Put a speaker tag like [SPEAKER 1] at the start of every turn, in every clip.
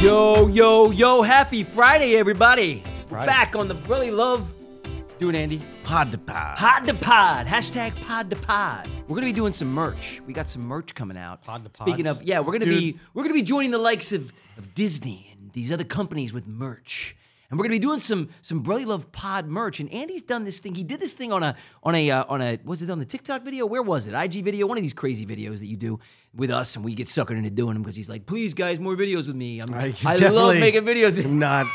[SPEAKER 1] Yo, yo, yo, happy Friday, everybody. We're
[SPEAKER 2] Friday.
[SPEAKER 1] back on the Really Love Doing Andy.
[SPEAKER 2] pod to pod.
[SPEAKER 1] Pod to pod. Hashtag pod to pod. We're gonna be doing some merch. We got some merch coming out.
[SPEAKER 2] Pod to
[SPEAKER 1] Speaking
[SPEAKER 2] pods?
[SPEAKER 1] of, yeah, we're gonna be
[SPEAKER 2] Dude.
[SPEAKER 1] we're gonna be joining the likes of, of Disney and these other companies with merch. And we're gonna be doing some some Brotherly Love Pod merch. And Andy's done this thing. He did this thing on a on a uh, on a was it on the TikTok video? Where was it? IG video? One of these crazy videos that you do with us, and we get suckered into doing them because he's like, please guys, more videos with me. I'm, I, love
[SPEAKER 2] definitely
[SPEAKER 1] making videos.
[SPEAKER 2] am not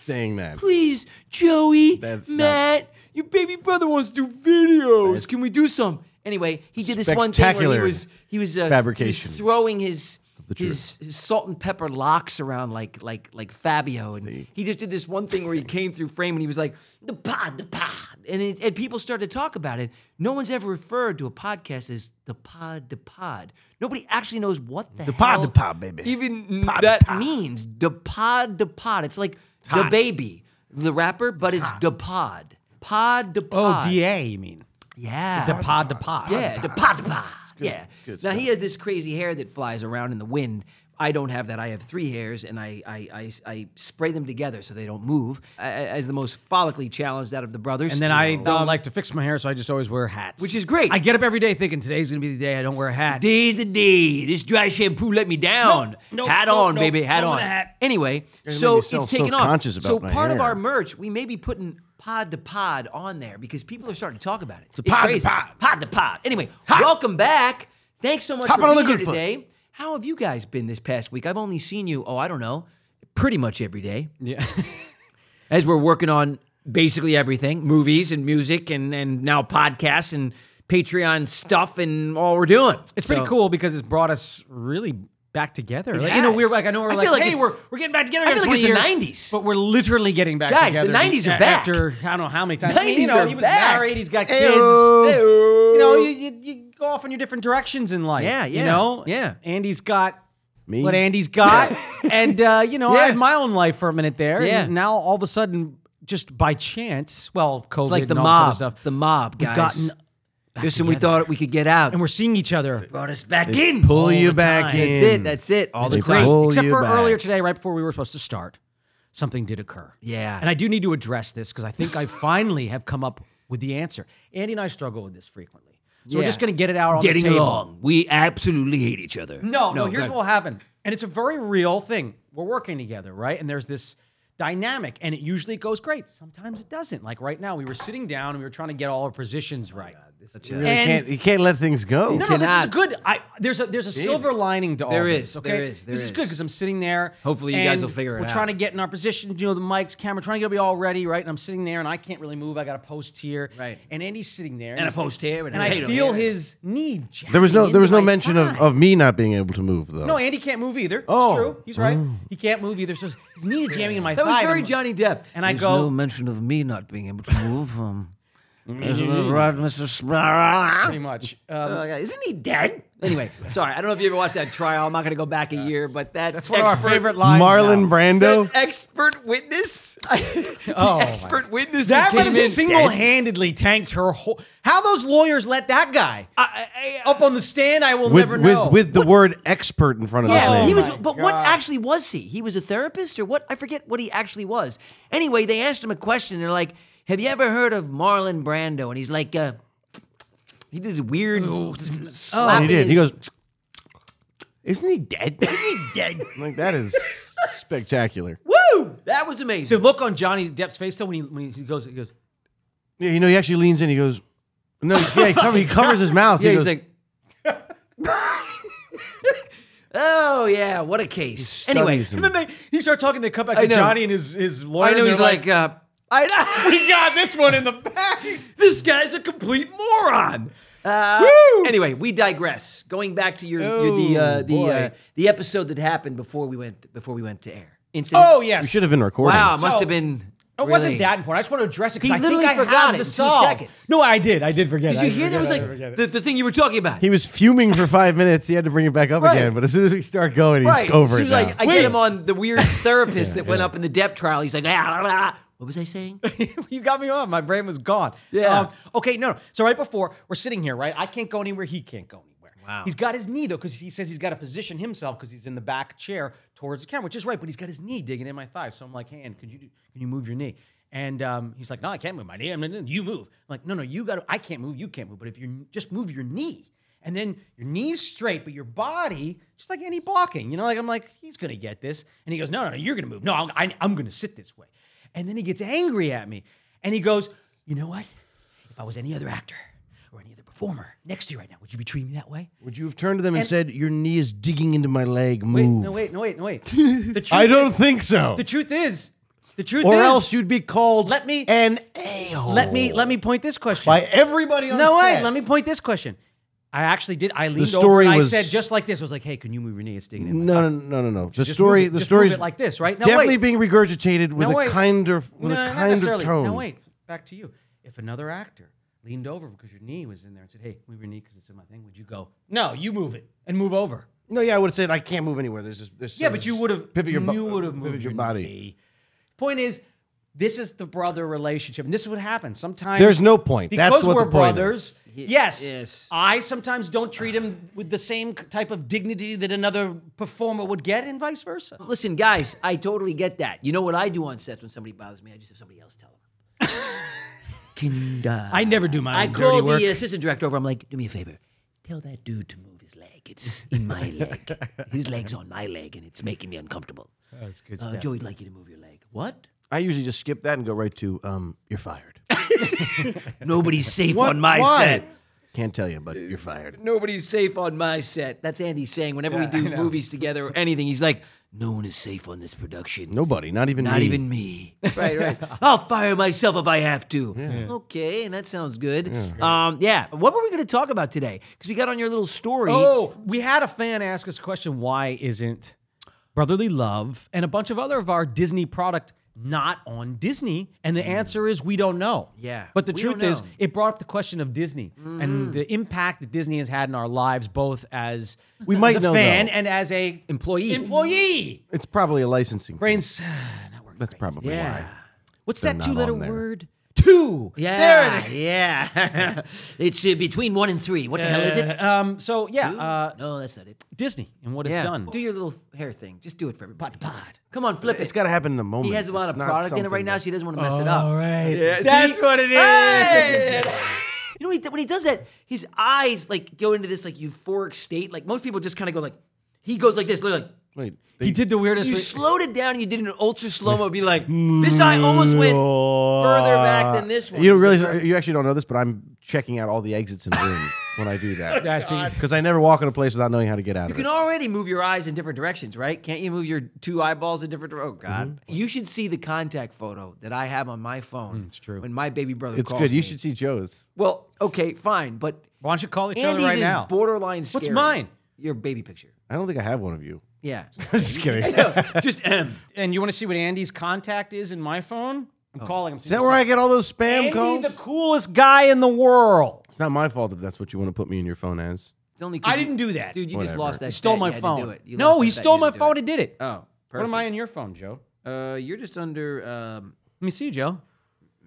[SPEAKER 2] saying that.
[SPEAKER 1] please, Joey,
[SPEAKER 2] That's not-
[SPEAKER 1] Matt, your baby brother wants to do videos. Can we do some? Anyway, he did this one thing where he
[SPEAKER 2] Spectacular
[SPEAKER 1] was he was, uh, he was
[SPEAKER 2] fabrication
[SPEAKER 1] throwing his
[SPEAKER 2] the truth.
[SPEAKER 1] his, his salt and pepper locks around like like like Fabio, and he just did this one thing where he came through frame and he was like the pod, the pod, and it, and people started to talk about it. No one's ever referred to a podcast as the pod, the pod. Nobody actually knows what the,
[SPEAKER 2] The pod,
[SPEAKER 1] hell
[SPEAKER 2] the pod, baby.
[SPEAKER 1] even
[SPEAKER 2] Pod,
[SPEAKER 1] that
[SPEAKER 2] pod.
[SPEAKER 1] means the pod, the pod. It's like the
[SPEAKER 2] hot.
[SPEAKER 1] baby, the rapper, but it's the pod, pod, the pod.
[SPEAKER 3] DA, Oh, you mean?
[SPEAKER 1] yeah,
[SPEAKER 3] The pod to pod.
[SPEAKER 1] yeah, the pod to pod. Yeah. now he has this crazy hair that flies around in the wind. I don't have that. I have three hairs, and I I, I, I spray them together so they don't move. I, I- as the most follically challenged out of the brothers.
[SPEAKER 3] And then I don't like to fix my hair, so I just always wear hats.
[SPEAKER 1] Which is great.
[SPEAKER 3] I get up every day thinking today's gonna be the day I don't wear a hat.
[SPEAKER 1] Day's the day. This dry shampoo let me down.
[SPEAKER 3] Nope, nope,
[SPEAKER 1] hat
[SPEAKER 3] nope,
[SPEAKER 1] on,
[SPEAKER 3] nope.
[SPEAKER 1] baby. Hat
[SPEAKER 3] Don't
[SPEAKER 1] on.
[SPEAKER 3] want a hat.
[SPEAKER 1] Anyway, so
[SPEAKER 2] make me
[SPEAKER 1] it's
[SPEAKER 2] so
[SPEAKER 1] taken off.
[SPEAKER 2] self-conscious about
[SPEAKER 1] so
[SPEAKER 2] my
[SPEAKER 1] part of
[SPEAKER 2] hair.
[SPEAKER 1] our merch, we may be putting pod to pod on there because people are starting to talk about it. It's,
[SPEAKER 2] a pod to
[SPEAKER 1] crazy.
[SPEAKER 2] pod.
[SPEAKER 1] Pod to pod. Anyway, welcome back. Thanks so much
[SPEAKER 2] Hop
[SPEAKER 1] for
[SPEAKER 2] on
[SPEAKER 1] being
[SPEAKER 2] the
[SPEAKER 1] here
[SPEAKER 2] good foot.
[SPEAKER 1] today. How have you guys been this past week? I've only seen you, oh, I don't know, pretty much every day.
[SPEAKER 3] Yeah.
[SPEAKER 1] As we're working on basically everything movies and music and, and now podcasts and Patreon stuff and all we're doing.
[SPEAKER 3] It's pretty
[SPEAKER 1] So-
[SPEAKER 3] cool because it's brought us really back together. Like, you know,
[SPEAKER 1] has.
[SPEAKER 3] we're like I know we're
[SPEAKER 1] I
[SPEAKER 3] like,
[SPEAKER 1] feel like
[SPEAKER 3] hey,
[SPEAKER 1] it's-
[SPEAKER 3] we're we're getting back together.
[SPEAKER 1] I
[SPEAKER 3] after
[SPEAKER 1] feel like it's
[SPEAKER 3] 20
[SPEAKER 1] the
[SPEAKER 3] years,
[SPEAKER 1] 90s.
[SPEAKER 3] But we're literally getting back
[SPEAKER 1] Guys, the
[SPEAKER 3] together.
[SPEAKER 1] 90s are
[SPEAKER 3] a-
[SPEAKER 1] back.
[SPEAKER 3] After I don't know how many times. I mean,
[SPEAKER 1] 90s
[SPEAKER 3] you know,
[SPEAKER 1] are
[SPEAKER 3] he was
[SPEAKER 1] back.
[SPEAKER 3] married, he's got kids.
[SPEAKER 2] Ayo.
[SPEAKER 3] You know, you, you, you go off in your different directions in life.
[SPEAKER 1] Yeah, yeah,
[SPEAKER 3] You know?
[SPEAKER 1] yeah.
[SPEAKER 3] Andy's got
[SPEAKER 2] Me?
[SPEAKER 3] what Andy's got. and, uh, you know,
[SPEAKER 1] Yeah.
[SPEAKER 3] I had my own life for a minute there.
[SPEAKER 1] Yeah.
[SPEAKER 3] And now all of a sudden, just by chance, well, COVID
[SPEAKER 1] It's like the
[SPEAKER 3] and all this other
[SPEAKER 1] mob.
[SPEAKER 3] stuff.
[SPEAKER 1] It's the mob,
[SPEAKER 3] We've
[SPEAKER 1] guys.
[SPEAKER 3] gotten
[SPEAKER 1] Just when we thought we could get out,
[SPEAKER 3] and
[SPEAKER 1] and
[SPEAKER 3] we're seeing each other.
[SPEAKER 1] brought us back in.
[SPEAKER 2] Pull you
[SPEAKER 3] the
[SPEAKER 2] back
[SPEAKER 3] time.
[SPEAKER 2] in.
[SPEAKER 1] That's it. That's it. All
[SPEAKER 2] It's
[SPEAKER 1] the
[SPEAKER 2] a
[SPEAKER 1] time.
[SPEAKER 2] pull
[SPEAKER 3] Except
[SPEAKER 2] you
[SPEAKER 3] for
[SPEAKER 2] back.
[SPEAKER 3] earlier today, right before we were supposed to start, something did occur.
[SPEAKER 1] Yeah.
[SPEAKER 3] And I do need to address this because I think I finally have come up with the answer. Andy and I struggle with this frequently. So
[SPEAKER 1] Yeah.
[SPEAKER 3] we're just going to get it out on
[SPEAKER 1] Getting
[SPEAKER 3] the table.
[SPEAKER 1] along. We absolutely hate each other.
[SPEAKER 3] No, no, here's
[SPEAKER 1] go-
[SPEAKER 3] what will happen. And it's a very real thing. We're working together, right? And there's this dynamic, and it usually goes great. Sometimes it doesn't. Like right now, we were sitting down and we were trying to get all our positions right.
[SPEAKER 2] You, really
[SPEAKER 3] And-
[SPEAKER 2] can't, you can't let things go.
[SPEAKER 3] No, no, this is
[SPEAKER 1] cannot.
[SPEAKER 3] good. I there's a there's a silver lining to all
[SPEAKER 1] There
[SPEAKER 3] this.
[SPEAKER 1] is,
[SPEAKER 3] Okay,
[SPEAKER 1] there is, there
[SPEAKER 3] this
[SPEAKER 1] is.
[SPEAKER 3] is good because I'm sitting there.
[SPEAKER 1] Hopefully you guys
[SPEAKER 3] and
[SPEAKER 1] will figure it
[SPEAKER 3] We're
[SPEAKER 1] out.
[SPEAKER 3] trying to get in our position. You know, the mics, camera, trying to get be all ready, right? And I'm sitting there, and I can't really move. I got a post here,
[SPEAKER 1] Right.
[SPEAKER 3] And Andy's sitting there,
[SPEAKER 1] And a
[SPEAKER 3] he's-
[SPEAKER 1] post here, and
[SPEAKER 3] and
[SPEAKER 1] a
[SPEAKER 3] I
[SPEAKER 1] potato
[SPEAKER 3] feel
[SPEAKER 1] here.
[SPEAKER 3] his knee.
[SPEAKER 2] There was no
[SPEAKER 3] jabbing
[SPEAKER 2] there was
[SPEAKER 3] into
[SPEAKER 2] no
[SPEAKER 3] my
[SPEAKER 2] mention of,
[SPEAKER 3] thigh.
[SPEAKER 2] of me not being able to move though.
[SPEAKER 3] No, Andy can't move either. It's
[SPEAKER 2] Oh.
[SPEAKER 3] true. He's right. He can't move either. So his knee is jamming in my
[SPEAKER 1] That
[SPEAKER 3] thigh.
[SPEAKER 1] was
[SPEAKER 3] and
[SPEAKER 1] very
[SPEAKER 3] I'm-
[SPEAKER 1] Johnny Depp.
[SPEAKER 3] And I
[SPEAKER 4] There's
[SPEAKER 3] go,
[SPEAKER 4] no mention of me not being able to move. Um, isn't it right, Mr.
[SPEAKER 3] pretty
[SPEAKER 4] Sparrow?
[SPEAKER 3] much. Um,
[SPEAKER 1] Oh, yeah. Isn't he dead? Anyway, sorry. I don't know if you ever watched that trial. I'm not going to go back a year, but that that's
[SPEAKER 3] one of our favorite lines.
[SPEAKER 2] Marlon
[SPEAKER 3] now.
[SPEAKER 2] Brando.
[SPEAKER 1] That expert witness.
[SPEAKER 3] Oh,
[SPEAKER 1] oh,
[SPEAKER 3] my
[SPEAKER 1] expert witness.
[SPEAKER 3] That
[SPEAKER 1] came
[SPEAKER 3] would
[SPEAKER 1] in
[SPEAKER 3] have single handedly tanked her whole. How those lawyers let that guy
[SPEAKER 1] I- I- I-
[SPEAKER 3] up on the stand, I will
[SPEAKER 2] With
[SPEAKER 3] never know.
[SPEAKER 2] with with the word expert in front of
[SPEAKER 1] Yeah,
[SPEAKER 2] his name.
[SPEAKER 1] he was.
[SPEAKER 3] my
[SPEAKER 1] But what
[SPEAKER 3] God.
[SPEAKER 1] actually was he? He was a therapist or what? I forget what he actually was. Anyway, they asked him a question. They're like, "Have you ever heard of Marlon Brando?" And he's like, uh, He did this weird
[SPEAKER 2] And
[SPEAKER 1] slap.
[SPEAKER 2] Oh, he did. He goes, "Isn't he dead?"
[SPEAKER 1] dead.
[SPEAKER 2] I'm like that is spectacular.
[SPEAKER 1] Woo! That was
[SPEAKER 3] The
[SPEAKER 1] amazing.
[SPEAKER 3] look on Johnny Depp's face though when he when he goes he goes
[SPEAKER 2] Yeah, you know, he actually leans in. He goes, "No, yeah, he, covers, he covers his mouth."
[SPEAKER 1] yeah,
[SPEAKER 2] he
[SPEAKER 1] he's
[SPEAKER 2] goes,
[SPEAKER 1] like, oh yeah, what a case. Anyway,
[SPEAKER 2] studies
[SPEAKER 3] and
[SPEAKER 2] him.
[SPEAKER 3] then they he starts talking they cut back
[SPEAKER 1] I
[SPEAKER 3] to
[SPEAKER 1] know.
[SPEAKER 3] Johnny and his his lawyer
[SPEAKER 1] I
[SPEAKER 3] and
[SPEAKER 1] know
[SPEAKER 3] they're
[SPEAKER 1] he's like, uh, I
[SPEAKER 3] we got this one in the back.
[SPEAKER 1] this guy's a complete moron. Uh, anyway, we digress. Going back to your, your the uh,
[SPEAKER 3] Oh,
[SPEAKER 1] the uh,
[SPEAKER 3] boy.
[SPEAKER 1] the episode that happened before we went before we went to air. Incident.
[SPEAKER 3] Oh yes.
[SPEAKER 2] "We should have been recording."
[SPEAKER 1] Wow, must
[SPEAKER 3] So-
[SPEAKER 1] have been.
[SPEAKER 3] It wasn't
[SPEAKER 1] really-
[SPEAKER 3] that important. I just want to address it because
[SPEAKER 1] He
[SPEAKER 3] I think
[SPEAKER 1] literally
[SPEAKER 3] I
[SPEAKER 1] forgot
[SPEAKER 3] have
[SPEAKER 1] it
[SPEAKER 3] the
[SPEAKER 1] in two
[SPEAKER 3] solve.
[SPEAKER 1] seconds.
[SPEAKER 3] No, I did. I did forget.
[SPEAKER 1] Did
[SPEAKER 3] I
[SPEAKER 1] you hear? There was
[SPEAKER 3] forget it,
[SPEAKER 1] like
[SPEAKER 3] I forget it.
[SPEAKER 1] the, the thing you were talking about.
[SPEAKER 2] He was fuming for five minutes. He had to bring it back up
[SPEAKER 1] Right.
[SPEAKER 2] again. But as soon as we start going, he's
[SPEAKER 1] right.
[SPEAKER 2] over
[SPEAKER 1] As
[SPEAKER 2] it.
[SPEAKER 1] soon as
[SPEAKER 2] now.
[SPEAKER 1] I, I
[SPEAKER 3] Wait.
[SPEAKER 1] get him on the weird therapist that went up in the depth trial. He's like, ah, blah, blah." what was I saying?
[SPEAKER 3] you got me on. My brain was gone.
[SPEAKER 1] Yeah.
[SPEAKER 3] okay, no, no. So right before we're sitting here, right? I can't go anywhere. He can't go anywhere. Wow. He's got his knee though, because he says he's got to position himself because he's in the back chair towards the camera, which is right. But he's got his knee digging in my thigh. So I'm like, hey, Ann, could you do, can you move your knee? And um, he's like, no, I can't move my knee. I'm like, you move. I'm like, no, no, you got to. I can't move. You can't move. But if you just move your knee. And then your knees straight, but your body just like any blocking, you know. Like I'm like, he's gonna get this, and he goes, no, no, no, you're gonna move. No, I'll, I, I'm gonna sit this way. And then he gets angry at me. And he goes, You know what? If I was any other actor or any other performer next to you right now, would you be treating me that way?
[SPEAKER 2] Would you have turned to them and, said, "Your knee is digging into my leg. Move."
[SPEAKER 3] Wait, no, wait, no, wait, no, wait. The truth
[SPEAKER 2] I don't
[SPEAKER 3] Is,
[SPEAKER 2] think so.
[SPEAKER 3] the truth is, the truth
[SPEAKER 2] Or
[SPEAKER 3] is,
[SPEAKER 2] else you'd be called
[SPEAKER 3] Let me-
[SPEAKER 2] an a hole
[SPEAKER 3] let me let me point this question.
[SPEAKER 2] by everybody on
[SPEAKER 3] no,
[SPEAKER 2] set.
[SPEAKER 3] wait, let me point this question. I actually did. I leaned over
[SPEAKER 2] story
[SPEAKER 3] and I
[SPEAKER 2] was-
[SPEAKER 3] said just like this. I was like, "Hey, can you move your knee? It's digging in." my-
[SPEAKER 2] No, no, no, no, no. The
[SPEAKER 3] Just
[SPEAKER 2] story,
[SPEAKER 3] move it-
[SPEAKER 2] the
[SPEAKER 3] just move
[SPEAKER 2] story's
[SPEAKER 3] it like this, right? No,
[SPEAKER 2] definitely
[SPEAKER 3] wait.
[SPEAKER 2] being regurgitated with
[SPEAKER 3] No,
[SPEAKER 2] a
[SPEAKER 3] wait.
[SPEAKER 2] kinder, with
[SPEAKER 3] No,
[SPEAKER 2] a
[SPEAKER 3] not
[SPEAKER 2] kinder
[SPEAKER 3] necessarily.
[SPEAKER 2] tone.
[SPEAKER 3] No, wait. Back to you. If another actor leaned over because your knee was in there and said, "Hey, move your knee because it's in my thing," would you go? No, you move it and move over.
[SPEAKER 2] No, yeah, I would have said I can't move anywhere. There's just there's
[SPEAKER 3] Yeah, but you would have
[SPEAKER 2] pivot your bo-
[SPEAKER 3] you would have
[SPEAKER 2] pivot
[SPEAKER 3] moved
[SPEAKER 2] your body.
[SPEAKER 3] knee. Point is, this is the brother relationship, and this is what happens sometimes.
[SPEAKER 2] There's no point.
[SPEAKER 3] because
[SPEAKER 2] That's what
[SPEAKER 3] we're
[SPEAKER 2] the point
[SPEAKER 3] brothers. Yes,
[SPEAKER 1] yes.
[SPEAKER 3] I sometimes don't treat him with the same type of dignity that another performer would get, and vice versa.
[SPEAKER 1] Listen, guys, I totally get that. You know what I do on sets when somebody bothers me? I just have somebody else tell them. Can, uh,
[SPEAKER 3] I never do my
[SPEAKER 1] I
[SPEAKER 3] own
[SPEAKER 1] call
[SPEAKER 3] dirty work.
[SPEAKER 1] the assistant director over. I'm like, do me a favor. Tell that dude to move his leg. It's in my leg. His leg's on my leg, and it's making me uncomfortable.
[SPEAKER 3] That's good
[SPEAKER 1] Uh, Joey'd like you to move your leg. What?
[SPEAKER 2] I usually just skip that and go right to um, you're fired.
[SPEAKER 1] Nobody's safe
[SPEAKER 2] What?
[SPEAKER 1] on my
[SPEAKER 2] Why?
[SPEAKER 1] set.
[SPEAKER 2] Can't tell you, but you're fired.
[SPEAKER 1] Nobody's safe on my set. That's Andy saying whenever we do movies together or anything, he's like, no one is safe on this production.
[SPEAKER 2] Nobody, not even
[SPEAKER 1] Not
[SPEAKER 2] me.
[SPEAKER 1] even me. Right, right. I'll fire myself if I have to. Okay, and that sounds good. Yeah. Um, yeah. What were we going to talk about today? Because we got on your little story.
[SPEAKER 3] Oh, we had a fan ask us a question why isn't Brotherly Love and a bunch of other of our Disney product not on Disney? And the answer is we don't know.
[SPEAKER 1] Yeah,
[SPEAKER 3] But the
[SPEAKER 1] we
[SPEAKER 3] truth
[SPEAKER 1] don't
[SPEAKER 3] is,
[SPEAKER 1] know.
[SPEAKER 3] it brought up the question of Disney and the impact that Disney has had in our lives, both as we
[SPEAKER 2] might
[SPEAKER 3] as a
[SPEAKER 2] know,
[SPEAKER 3] fan
[SPEAKER 2] though.
[SPEAKER 3] and as a
[SPEAKER 1] Employee.
[SPEAKER 3] employee.
[SPEAKER 2] It's probably a licensing. thing.
[SPEAKER 3] Brains not working.
[SPEAKER 2] That's probably
[SPEAKER 1] Yeah.
[SPEAKER 3] What's
[SPEAKER 2] They're
[SPEAKER 3] that
[SPEAKER 2] not
[SPEAKER 3] two letter
[SPEAKER 2] on there.
[SPEAKER 3] word? Two. There
[SPEAKER 1] Yeah.
[SPEAKER 3] it is.
[SPEAKER 1] Yeah. it's uh, between one and three. What the hell is it?
[SPEAKER 3] Um, so yeah, uh,
[SPEAKER 1] no, that's not it.
[SPEAKER 3] Disney and what
[SPEAKER 1] Yeah.
[SPEAKER 3] it's done.
[SPEAKER 1] Do your little hair thing. Just do it for everybody.
[SPEAKER 3] pod.
[SPEAKER 1] Come on,
[SPEAKER 2] why.
[SPEAKER 1] flip it.
[SPEAKER 2] It's got to happen in the moment.
[SPEAKER 1] he has a lot
[SPEAKER 2] It's
[SPEAKER 1] of
[SPEAKER 2] not
[SPEAKER 1] product in it right
[SPEAKER 2] something
[SPEAKER 1] now.
[SPEAKER 2] that-
[SPEAKER 1] She doesn't want to mess it up.
[SPEAKER 3] All right.
[SPEAKER 1] see?
[SPEAKER 3] That's what it is.
[SPEAKER 1] Hey! you know, when he, when he does that, his eyes like go into this like euphoric state. Like most people just kind of go like, he goes like this, like.
[SPEAKER 2] Wait,
[SPEAKER 3] He did the weirdest.
[SPEAKER 1] You
[SPEAKER 3] re-
[SPEAKER 1] slowed it down and you did an ultra slow mo. Be like, this eye almost went further back than this one.
[SPEAKER 2] You don't
[SPEAKER 1] He's like,
[SPEAKER 2] really, you actually don't know this, but I'm checking out all the exits in the room when I do that.
[SPEAKER 3] That's it.
[SPEAKER 2] because I never walk in a place without knowing how to get out
[SPEAKER 1] Oh, You
[SPEAKER 2] of it.
[SPEAKER 1] can already move your eyes in different directions, right? Can't you move your two eyeballs in different? Oh God!
[SPEAKER 3] Mm-hmm.
[SPEAKER 1] You should see the contact photo that I have on my phone. it's
[SPEAKER 3] Mm, true.
[SPEAKER 1] When my baby brother
[SPEAKER 2] It's
[SPEAKER 1] calls
[SPEAKER 2] good. You
[SPEAKER 1] me.
[SPEAKER 2] should see Joe's.
[SPEAKER 1] Well, okay, fine, but
[SPEAKER 3] Why don't you call each
[SPEAKER 1] Andy's
[SPEAKER 3] other right
[SPEAKER 1] is
[SPEAKER 3] now?
[SPEAKER 1] borderline
[SPEAKER 3] What's
[SPEAKER 1] scary.
[SPEAKER 3] mine?
[SPEAKER 1] Your baby picture.
[SPEAKER 2] I don't think I have one of you.
[SPEAKER 1] Yeah.
[SPEAKER 2] Just kidding. Is
[SPEAKER 1] Just M.
[SPEAKER 3] and you want to see what Andy's contact is in my phone? I'm
[SPEAKER 1] Oh.
[SPEAKER 3] calling him. Is
[SPEAKER 2] that where I get all those spam
[SPEAKER 3] Andy,
[SPEAKER 2] calls?
[SPEAKER 3] the coolest guy in the world.
[SPEAKER 2] it's not my fault if that's what you want to put me in your phone as.
[SPEAKER 1] It's only 'cause
[SPEAKER 3] I
[SPEAKER 1] you-
[SPEAKER 3] didn't do that.
[SPEAKER 1] Dude, you just
[SPEAKER 2] Whatever.
[SPEAKER 1] lost that.
[SPEAKER 3] he stole
[SPEAKER 1] bet.
[SPEAKER 3] my
[SPEAKER 1] You had to do
[SPEAKER 3] phone.
[SPEAKER 1] it. You
[SPEAKER 3] No,
[SPEAKER 1] lost
[SPEAKER 3] he
[SPEAKER 1] that bet.
[SPEAKER 3] stole
[SPEAKER 1] You
[SPEAKER 3] my
[SPEAKER 1] didn't do
[SPEAKER 3] phone
[SPEAKER 1] it.
[SPEAKER 3] and did it.
[SPEAKER 1] Oh,
[SPEAKER 3] what
[SPEAKER 1] perfect.
[SPEAKER 3] am I in your phone, Joe?
[SPEAKER 1] Uh, you're just under. Um,
[SPEAKER 3] Let me see, Joe.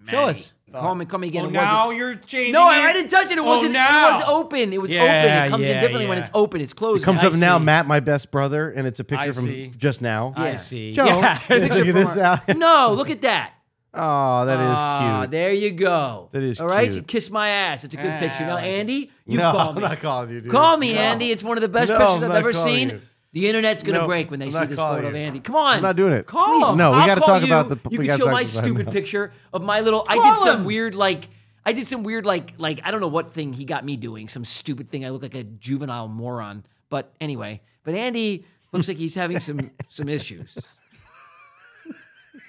[SPEAKER 3] Show us.
[SPEAKER 1] call me. Call me again.
[SPEAKER 3] Oh,
[SPEAKER 1] It wasn't-
[SPEAKER 3] now you're changing.
[SPEAKER 1] No, I,
[SPEAKER 3] it.
[SPEAKER 1] I didn't touch it. It
[SPEAKER 3] Oh,
[SPEAKER 1] wasn't.
[SPEAKER 3] now.
[SPEAKER 1] It was open. It was
[SPEAKER 3] Yeah,
[SPEAKER 1] open. It comes
[SPEAKER 3] yeah,
[SPEAKER 1] in differently when
[SPEAKER 3] yeah.
[SPEAKER 1] it's open. It's closed.
[SPEAKER 2] It comes
[SPEAKER 1] I
[SPEAKER 2] up now,
[SPEAKER 1] see.
[SPEAKER 2] Matt, my best brother, and it's a picture
[SPEAKER 3] I
[SPEAKER 2] from
[SPEAKER 3] see.
[SPEAKER 2] just now.
[SPEAKER 3] I
[SPEAKER 1] Yeah.
[SPEAKER 3] see.
[SPEAKER 2] Joe,
[SPEAKER 3] Yeah.
[SPEAKER 2] check this out.
[SPEAKER 1] No, look at that.
[SPEAKER 2] Oh, that is
[SPEAKER 1] Ah,
[SPEAKER 2] cute.
[SPEAKER 1] there you go.
[SPEAKER 2] That is
[SPEAKER 1] All right,
[SPEAKER 2] cute. Ah,
[SPEAKER 1] you kiss my ass. It's a good picture. Now, Andy, you
[SPEAKER 2] no,
[SPEAKER 1] call
[SPEAKER 2] I'm
[SPEAKER 1] me.
[SPEAKER 2] not calling you, dude.
[SPEAKER 1] Call me,
[SPEAKER 2] No.
[SPEAKER 1] Andy. It's one of the best
[SPEAKER 2] No,
[SPEAKER 1] pictures
[SPEAKER 2] I'm
[SPEAKER 1] I've
[SPEAKER 2] not
[SPEAKER 1] ever
[SPEAKER 2] calling
[SPEAKER 1] seen.
[SPEAKER 2] you.
[SPEAKER 1] The internet's gonna
[SPEAKER 2] No,
[SPEAKER 1] break when they
[SPEAKER 2] I'm
[SPEAKER 1] see
[SPEAKER 2] not
[SPEAKER 1] this
[SPEAKER 2] calling
[SPEAKER 1] photo of
[SPEAKER 2] you.
[SPEAKER 1] Andy. Come on,
[SPEAKER 2] I'm not doing it.
[SPEAKER 1] Call.
[SPEAKER 2] Please, no, we
[SPEAKER 1] I'll
[SPEAKER 2] gotta
[SPEAKER 1] call
[SPEAKER 2] talk about
[SPEAKER 1] you.
[SPEAKER 2] the-
[SPEAKER 1] You can
[SPEAKER 2] we gotta
[SPEAKER 1] show
[SPEAKER 2] talk
[SPEAKER 1] my
[SPEAKER 2] about-
[SPEAKER 1] stupid
[SPEAKER 2] no.
[SPEAKER 1] picture of my little. I did
[SPEAKER 3] Call
[SPEAKER 1] some
[SPEAKER 3] him.
[SPEAKER 1] weird like. I did some weird like like I don't know what thing he got me doing. Some stupid thing. I look like a juvenile moron. But anyway, but Andy looks like he's having some some issues.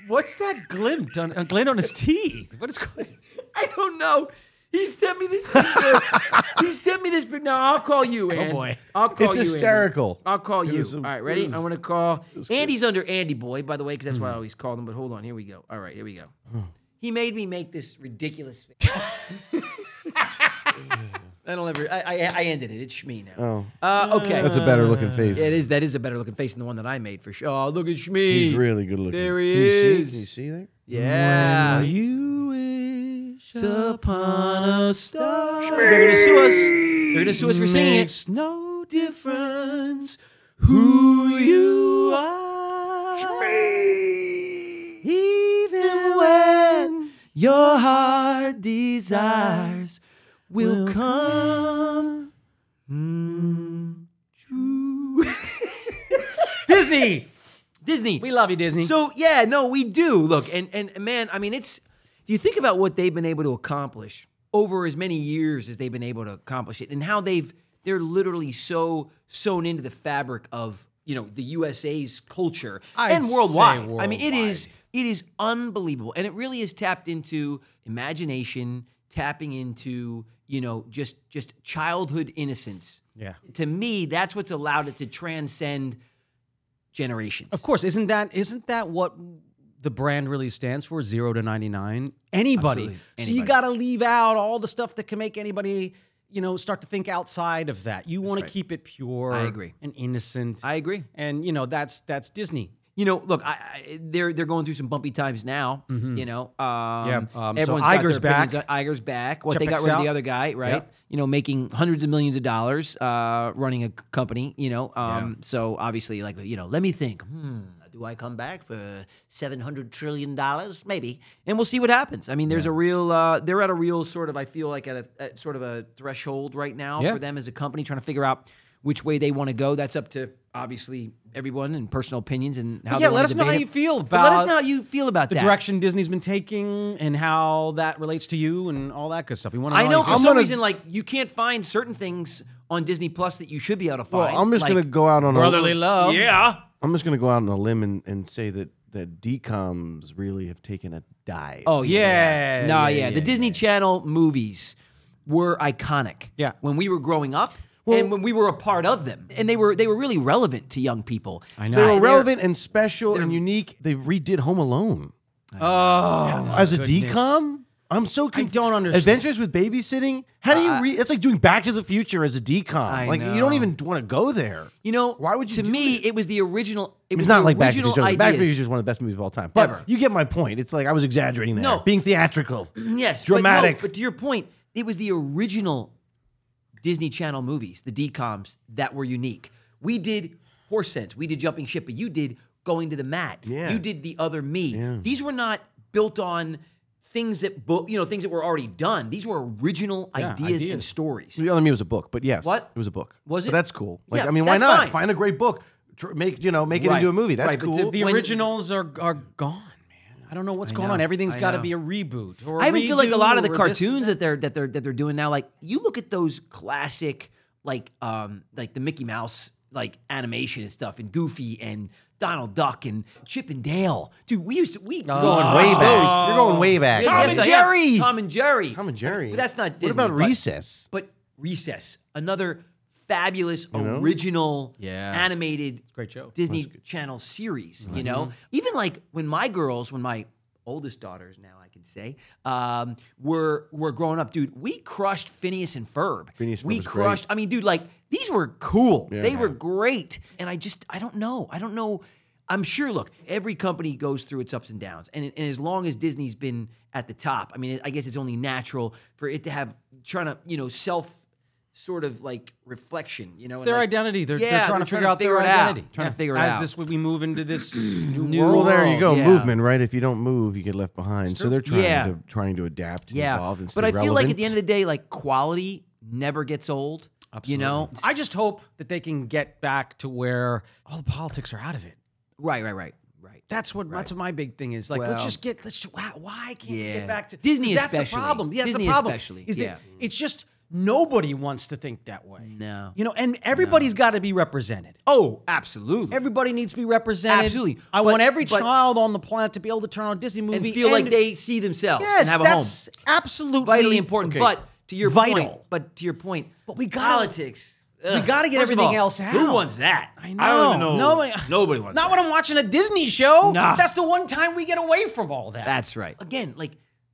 [SPEAKER 3] What's that glint on, uh, glint on his teeth? What is going?
[SPEAKER 1] I don't know. He sent me this picture. he sent me this picture. No, I'll call you, Andy.
[SPEAKER 3] boy.
[SPEAKER 1] I'll call
[SPEAKER 2] It's
[SPEAKER 1] you, Uh, Andy.
[SPEAKER 2] hysterical.
[SPEAKER 1] I'll call you.
[SPEAKER 2] was a-
[SPEAKER 1] All right, ready?
[SPEAKER 2] Oh, it was- Hmm.
[SPEAKER 1] I'm going to call. Andy's under Andy Boy, by the way, because that's why I always call him. But hold on. Here we go. All right, here we go. he made me make this ridiculous face. I don't ever. I, I, I ended it. It's me now. Oh. Uh, okay.
[SPEAKER 2] That's a better looking face.
[SPEAKER 1] it is. That is a better looking face than the one that I made for sure. Oh, look at Shmee.
[SPEAKER 2] He's really good looking.
[SPEAKER 1] There he
[SPEAKER 2] Can you see?
[SPEAKER 1] is.
[SPEAKER 2] Can you see there?
[SPEAKER 1] Yeah. You wish upon a star. They're gonna sue us. They're gonna sue us for singing it.
[SPEAKER 3] Makes no
[SPEAKER 1] difference who you are. Even when your heart desires will come.
[SPEAKER 3] Disney.
[SPEAKER 1] Disney.
[SPEAKER 3] We love you, Disney.
[SPEAKER 1] So yeah, no, we do. Look, and and man, I mean, it's if you think about what they've been able to accomplish over as many years as they've been able to accomplish it, and how they've they're literally so sewn into the fabric of you know the USA's culture
[SPEAKER 3] I'd
[SPEAKER 1] and worldwide.
[SPEAKER 3] say
[SPEAKER 1] I mean, it is it is unbelievable, and it really is tapped into imagination, tapping into you know just just childhood innocence.
[SPEAKER 3] Yeah.
[SPEAKER 1] To me, that's what's allowed it to transcend generations.
[SPEAKER 3] Of course, isn't that isn't that what the brand really stands for? Zero to ninety nine. Anybody.
[SPEAKER 1] Absolutely.
[SPEAKER 3] So you
[SPEAKER 1] Anybody.
[SPEAKER 3] got to leave out all the stuff that can make anybody, you know, start to think outside of that. You want to keep it pure.
[SPEAKER 1] I agree.
[SPEAKER 3] And innocent.
[SPEAKER 1] I agree.
[SPEAKER 3] And you know that's that's Disney.
[SPEAKER 1] you know, look, I, I, they're they're going through some bumpy times now. You know, um,
[SPEAKER 3] Mm-hmm. um, so
[SPEAKER 1] everyone's
[SPEAKER 3] Iger's
[SPEAKER 1] got their opinions
[SPEAKER 3] back.
[SPEAKER 1] on- Iger's back. Well, they
[SPEAKER 3] Check
[SPEAKER 1] got
[SPEAKER 3] this
[SPEAKER 1] rid of
[SPEAKER 3] out.
[SPEAKER 1] the other guy, right?
[SPEAKER 3] Yep.
[SPEAKER 1] You know, making hundreds of millions of dollars, uh, running a c- company. You know, um, so obviously, like you know, let me think. Hmm, do I come back for seven hundred trillion dollars? Maybe, and we'll see what happens. I mean, there's a real, uh, they're at a real sort of, I feel like at a at sort of a threshold right now
[SPEAKER 3] Yeah.
[SPEAKER 1] for them as a company, trying to figure out which way they want to go. That's up to obviously everyone and personal opinions and how.
[SPEAKER 3] Yeah,
[SPEAKER 1] they
[SPEAKER 3] let
[SPEAKER 1] wanna
[SPEAKER 3] us know
[SPEAKER 1] debate
[SPEAKER 3] how
[SPEAKER 1] it.
[SPEAKER 3] you feel
[SPEAKER 1] But let us
[SPEAKER 3] about
[SPEAKER 1] know how you feel about
[SPEAKER 3] The
[SPEAKER 1] that.
[SPEAKER 3] direction Disney's been taking and how that relates to you and all that good stuff. We want to.
[SPEAKER 1] I know
[SPEAKER 3] Know
[SPEAKER 1] for
[SPEAKER 3] how you
[SPEAKER 1] some
[SPEAKER 3] feel.
[SPEAKER 1] reason, like you can't find certain things on Disney Plus that you should be able to
[SPEAKER 2] Well,
[SPEAKER 1] find.
[SPEAKER 2] I'm just
[SPEAKER 1] Like,
[SPEAKER 2] gonna go out on
[SPEAKER 3] brotherly
[SPEAKER 2] a
[SPEAKER 3] love.
[SPEAKER 1] Yeah.
[SPEAKER 2] I'm just gonna go out on a limb and, and say that that DComs really have taken a dive.
[SPEAKER 1] Oh yeah.
[SPEAKER 3] Yeah,
[SPEAKER 1] No,
[SPEAKER 3] yeah,
[SPEAKER 1] yeah.
[SPEAKER 3] yeah,
[SPEAKER 1] The Disney Channel movies were iconic.
[SPEAKER 3] Yeah.
[SPEAKER 1] When we were growing up. and when we were a part of them, and they were they were really relevant to young people. I
[SPEAKER 3] know.
[SPEAKER 2] they
[SPEAKER 3] Nah,
[SPEAKER 2] were
[SPEAKER 3] they're-
[SPEAKER 2] relevant and special and unique. They redid Home Alone. Oh, as a decom, I'm so confused.
[SPEAKER 3] don't understand.
[SPEAKER 2] Adventures with Babysitting. How do
[SPEAKER 1] Uh,
[SPEAKER 2] you? Re- it's like doing Back to the Future as a decom. like you don't even want to go there.
[SPEAKER 1] You know,
[SPEAKER 2] Why would you
[SPEAKER 1] To
[SPEAKER 2] do
[SPEAKER 1] me, it was the original. It
[SPEAKER 2] I mean,
[SPEAKER 1] was
[SPEAKER 2] it's
[SPEAKER 1] the
[SPEAKER 2] not like Back to the
[SPEAKER 1] original
[SPEAKER 2] Future. Back to the
[SPEAKER 1] ideas.
[SPEAKER 2] Future is one of the best movies of all time. But
[SPEAKER 1] Ever.
[SPEAKER 2] you get my point. It's like I was exaggerating there.
[SPEAKER 1] No.
[SPEAKER 2] being theatrical.
[SPEAKER 1] Yes,
[SPEAKER 2] Dramatic.
[SPEAKER 1] But, no, but to your point, it was the original Disney Channel movies, the DComs that were unique. We did Horse Sense, we did Jumping Ship, but you did Going to the Mat.
[SPEAKER 2] Yeah.
[SPEAKER 1] You did The Other Me. These were not built on things that bo- you know things that were already done. These were original ideas, and stories.
[SPEAKER 2] The other me was a book, but yes,
[SPEAKER 1] What?
[SPEAKER 2] it was a book.
[SPEAKER 1] Was
[SPEAKER 2] So
[SPEAKER 1] it?
[SPEAKER 2] that's cool. Like
[SPEAKER 1] Yeah,
[SPEAKER 2] I mean, why
[SPEAKER 1] that's
[SPEAKER 2] not
[SPEAKER 1] fine.
[SPEAKER 2] find a great book, tr- make you know, make it
[SPEAKER 1] Right,
[SPEAKER 2] into a movie. That's
[SPEAKER 1] right, but
[SPEAKER 2] cool.
[SPEAKER 1] to
[SPEAKER 3] The
[SPEAKER 1] When-
[SPEAKER 3] originals are are gone, man. I don't know what's going on. Everything's got to be a reboot. Or
[SPEAKER 1] I even feel like a lot of the
[SPEAKER 3] cartoons.
[SPEAKER 1] cartoons that they're that they're that they're doing now, like you look at those classic, like um, like the Mickey Mouse like animation and stuff, and Goofy and Donald Duck and Chip and Dale. Dude, we used to we
[SPEAKER 2] Ah. You're going way back. You're going way back.
[SPEAKER 1] Tom and
[SPEAKER 2] Oh, Yes, I am.
[SPEAKER 1] Jerry. Tom and Jerry.
[SPEAKER 2] Tom and Jerry.
[SPEAKER 1] But that's not Disney.
[SPEAKER 2] What about
[SPEAKER 1] but-
[SPEAKER 2] Recess?
[SPEAKER 1] But Recess, another fabulous original
[SPEAKER 3] Yeah.
[SPEAKER 1] animated
[SPEAKER 3] great show. Mm-hmm.
[SPEAKER 1] Disney Channel series. You know, even like when my girls, when my oldest daughters now I can say um, were were growing up, dude. We crushed Phineas and Ferb.
[SPEAKER 2] Phineas and
[SPEAKER 1] we
[SPEAKER 2] Ferb was great.
[SPEAKER 1] crushed. I mean, dude, like these were cool. they were great, and I just I don't know. I don't know. I'm sure. Look, every company goes through its ups and downs, and, and as long as Disney's been at the top, I mean, I guess it's only natural for it to have trying to you know self sort of like reflection, you know.
[SPEAKER 3] It's
[SPEAKER 1] and,
[SPEAKER 3] their
[SPEAKER 1] like-
[SPEAKER 3] identity. They're,
[SPEAKER 1] Yeah,
[SPEAKER 3] they're trying to figure out their
[SPEAKER 1] it
[SPEAKER 3] identity.
[SPEAKER 1] Trying
[SPEAKER 3] Yeah.
[SPEAKER 1] to figure it
[SPEAKER 3] As
[SPEAKER 1] out.
[SPEAKER 3] this we move into this new,
[SPEAKER 2] Well,
[SPEAKER 3] world.
[SPEAKER 2] there you go.
[SPEAKER 1] yeah.
[SPEAKER 2] Movement, right? If you don't move, you get left behind. So they're trying
[SPEAKER 1] Yeah.
[SPEAKER 2] to trying to adapt, and
[SPEAKER 1] yeah,
[SPEAKER 2] evolve, and
[SPEAKER 1] but
[SPEAKER 2] stay
[SPEAKER 1] I feel like at
[SPEAKER 2] relevant.
[SPEAKER 1] the end of the day, like quality never gets old. You know,
[SPEAKER 3] I just hope that they can get back to where all the politics are out of it.
[SPEAKER 1] right, right, right, right.
[SPEAKER 3] That's what that's what my big thing is. Like, let's
[SPEAKER 1] Well-
[SPEAKER 3] just get let's just, why, why can't we
[SPEAKER 1] Yeah.
[SPEAKER 3] get back to
[SPEAKER 1] Disney
[SPEAKER 3] 'cause That's
[SPEAKER 1] especially.
[SPEAKER 3] the problem. Yeah, That's
[SPEAKER 1] Disney
[SPEAKER 3] the problem.
[SPEAKER 1] especially,
[SPEAKER 3] Is
[SPEAKER 1] yeah.
[SPEAKER 3] that it's just nobody wants to think that way.
[SPEAKER 1] No.
[SPEAKER 3] You know, and everybody's got to be represented. Oh,
[SPEAKER 1] Absolutely.
[SPEAKER 3] Everybody needs to be represented.
[SPEAKER 1] Absolutely.
[SPEAKER 3] I
[SPEAKER 1] But-
[SPEAKER 3] want every
[SPEAKER 1] but-
[SPEAKER 3] child on the planet to be able to turn on a Disney movie
[SPEAKER 1] and feel like they see themselves
[SPEAKER 3] yes,
[SPEAKER 1] and have a
[SPEAKER 3] that's
[SPEAKER 1] home.
[SPEAKER 3] absolutely
[SPEAKER 1] Vitally important.
[SPEAKER 3] Okay.
[SPEAKER 1] But to your
[SPEAKER 3] Vital.
[SPEAKER 1] point, but to your point,
[SPEAKER 3] But we gotta-
[SPEAKER 1] politics.
[SPEAKER 3] we gotta get
[SPEAKER 1] First of
[SPEAKER 3] everything
[SPEAKER 1] all,
[SPEAKER 3] else
[SPEAKER 1] Who
[SPEAKER 3] out.
[SPEAKER 1] wants that?
[SPEAKER 3] I know. I
[SPEAKER 2] even know-
[SPEAKER 3] Nobody,
[SPEAKER 1] Nobody wants
[SPEAKER 3] Not
[SPEAKER 1] that.
[SPEAKER 3] when I'm watching a Disney show.
[SPEAKER 1] Nah.
[SPEAKER 3] That's the one time we get away from all that.
[SPEAKER 1] That's right. Again, like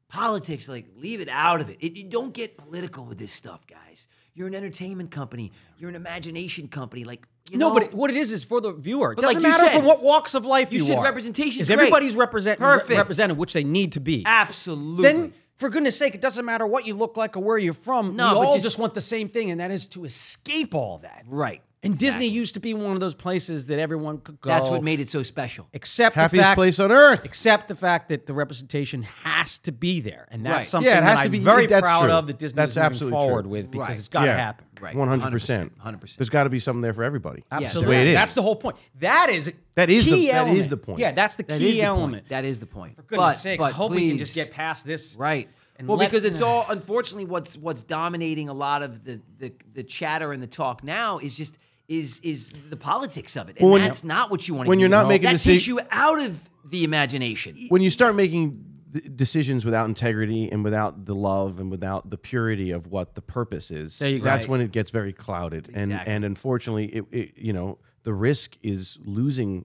[SPEAKER 1] politics, like leave it out of it. it. You don't get political with this stuff, guys. You're an entertainment company. You're an imagination company. Like you
[SPEAKER 3] no,
[SPEAKER 1] know,
[SPEAKER 3] but it- what it is is for the viewer. It
[SPEAKER 1] But like
[SPEAKER 3] doesn't
[SPEAKER 1] you
[SPEAKER 3] matter
[SPEAKER 1] said-
[SPEAKER 3] from what walks of life
[SPEAKER 1] you
[SPEAKER 3] you,
[SPEAKER 1] said
[SPEAKER 3] are.
[SPEAKER 1] representation's
[SPEAKER 3] Is
[SPEAKER 1] great.
[SPEAKER 3] everybody's represent, re-
[SPEAKER 1] Perfect.
[SPEAKER 3] represented, which they need to be.
[SPEAKER 1] absolutely.
[SPEAKER 3] Then, for goodness sake, it doesn't matter what you look like or where you're from.
[SPEAKER 1] No,
[SPEAKER 3] we
[SPEAKER 1] but
[SPEAKER 3] all
[SPEAKER 1] just-
[SPEAKER 3] just, want the same thing, and that is to escape all that.
[SPEAKER 1] right.
[SPEAKER 3] And Disney used to be one of those places that everyone could go.
[SPEAKER 1] That's what made it so special.
[SPEAKER 3] except the
[SPEAKER 2] happiest
[SPEAKER 3] fact,
[SPEAKER 2] place on earth.
[SPEAKER 3] except the fact that the representation has to be there, and that's
[SPEAKER 1] Right.
[SPEAKER 3] something
[SPEAKER 2] Yeah, it has
[SPEAKER 3] that
[SPEAKER 2] to be-
[SPEAKER 3] I'm very
[SPEAKER 2] that's
[SPEAKER 3] proud
[SPEAKER 2] true.
[SPEAKER 3] of that Disney
[SPEAKER 2] That's
[SPEAKER 3] is moving
[SPEAKER 2] absolutely
[SPEAKER 3] forward
[SPEAKER 2] true.
[SPEAKER 3] with because
[SPEAKER 1] Right.
[SPEAKER 3] it's got to happen.
[SPEAKER 1] Right.
[SPEAKER 2] One hundred percent.
[SPEAKER 1] 100%.
[SPEAKER 2] There's got to be something there for everybody.
[SPEAKER 3] Absolutely,
[SPEAKER 2] it is.
[SPEAKER 3] that's the whole point. That is
[SPEAKER 2] That is
[SPEAKER 3] key
[SPEAKER 2] the- that is
[SPEAKER 3] element.
[SPEAKER 2] the point.
[SPEAKER 3] Yeah, that's the
[SPEAKER 1] That
[SPEAKER 3] key
[SPEAKER 1] is the
[SPEAKER 3] element.
[SPEAKER 1] point. That is the point.
[SPEAKER 3] For goodness sakes, I hope we can just get past this.
[SPEAKER 1] Right.
[SPEAKER 3] and
[SPEAKER 1] Well,
[SPEAKER 3] let-
[SPEAKER 1] because it's all unfortunately what's what's dominating a lot of the the, the chatter and the talk now is just is is the politics of it, and
[SPEAKER 2] Well, when-
[SPEAKER 1] that's not what you want.
[SPEAKER 2] when you're not making
[SPEAKER 1] that
[SPEAKER 2] deci-
[SPEAKER 1] takes you out of the imagination.
[SPEAKER 2] when you start making th- decisions without integrity and without the love and without the purity of what the purpose is
[SPEAKER 3] There you go.
[SPEAKER 2] that's
[SPEAKER 3] Right.
[SPEAKER 2] when it gets very clouded and
[SPEAKER 1] Exactly.
[SPEAKER 2] and unfortunately it, it you know the risk is losing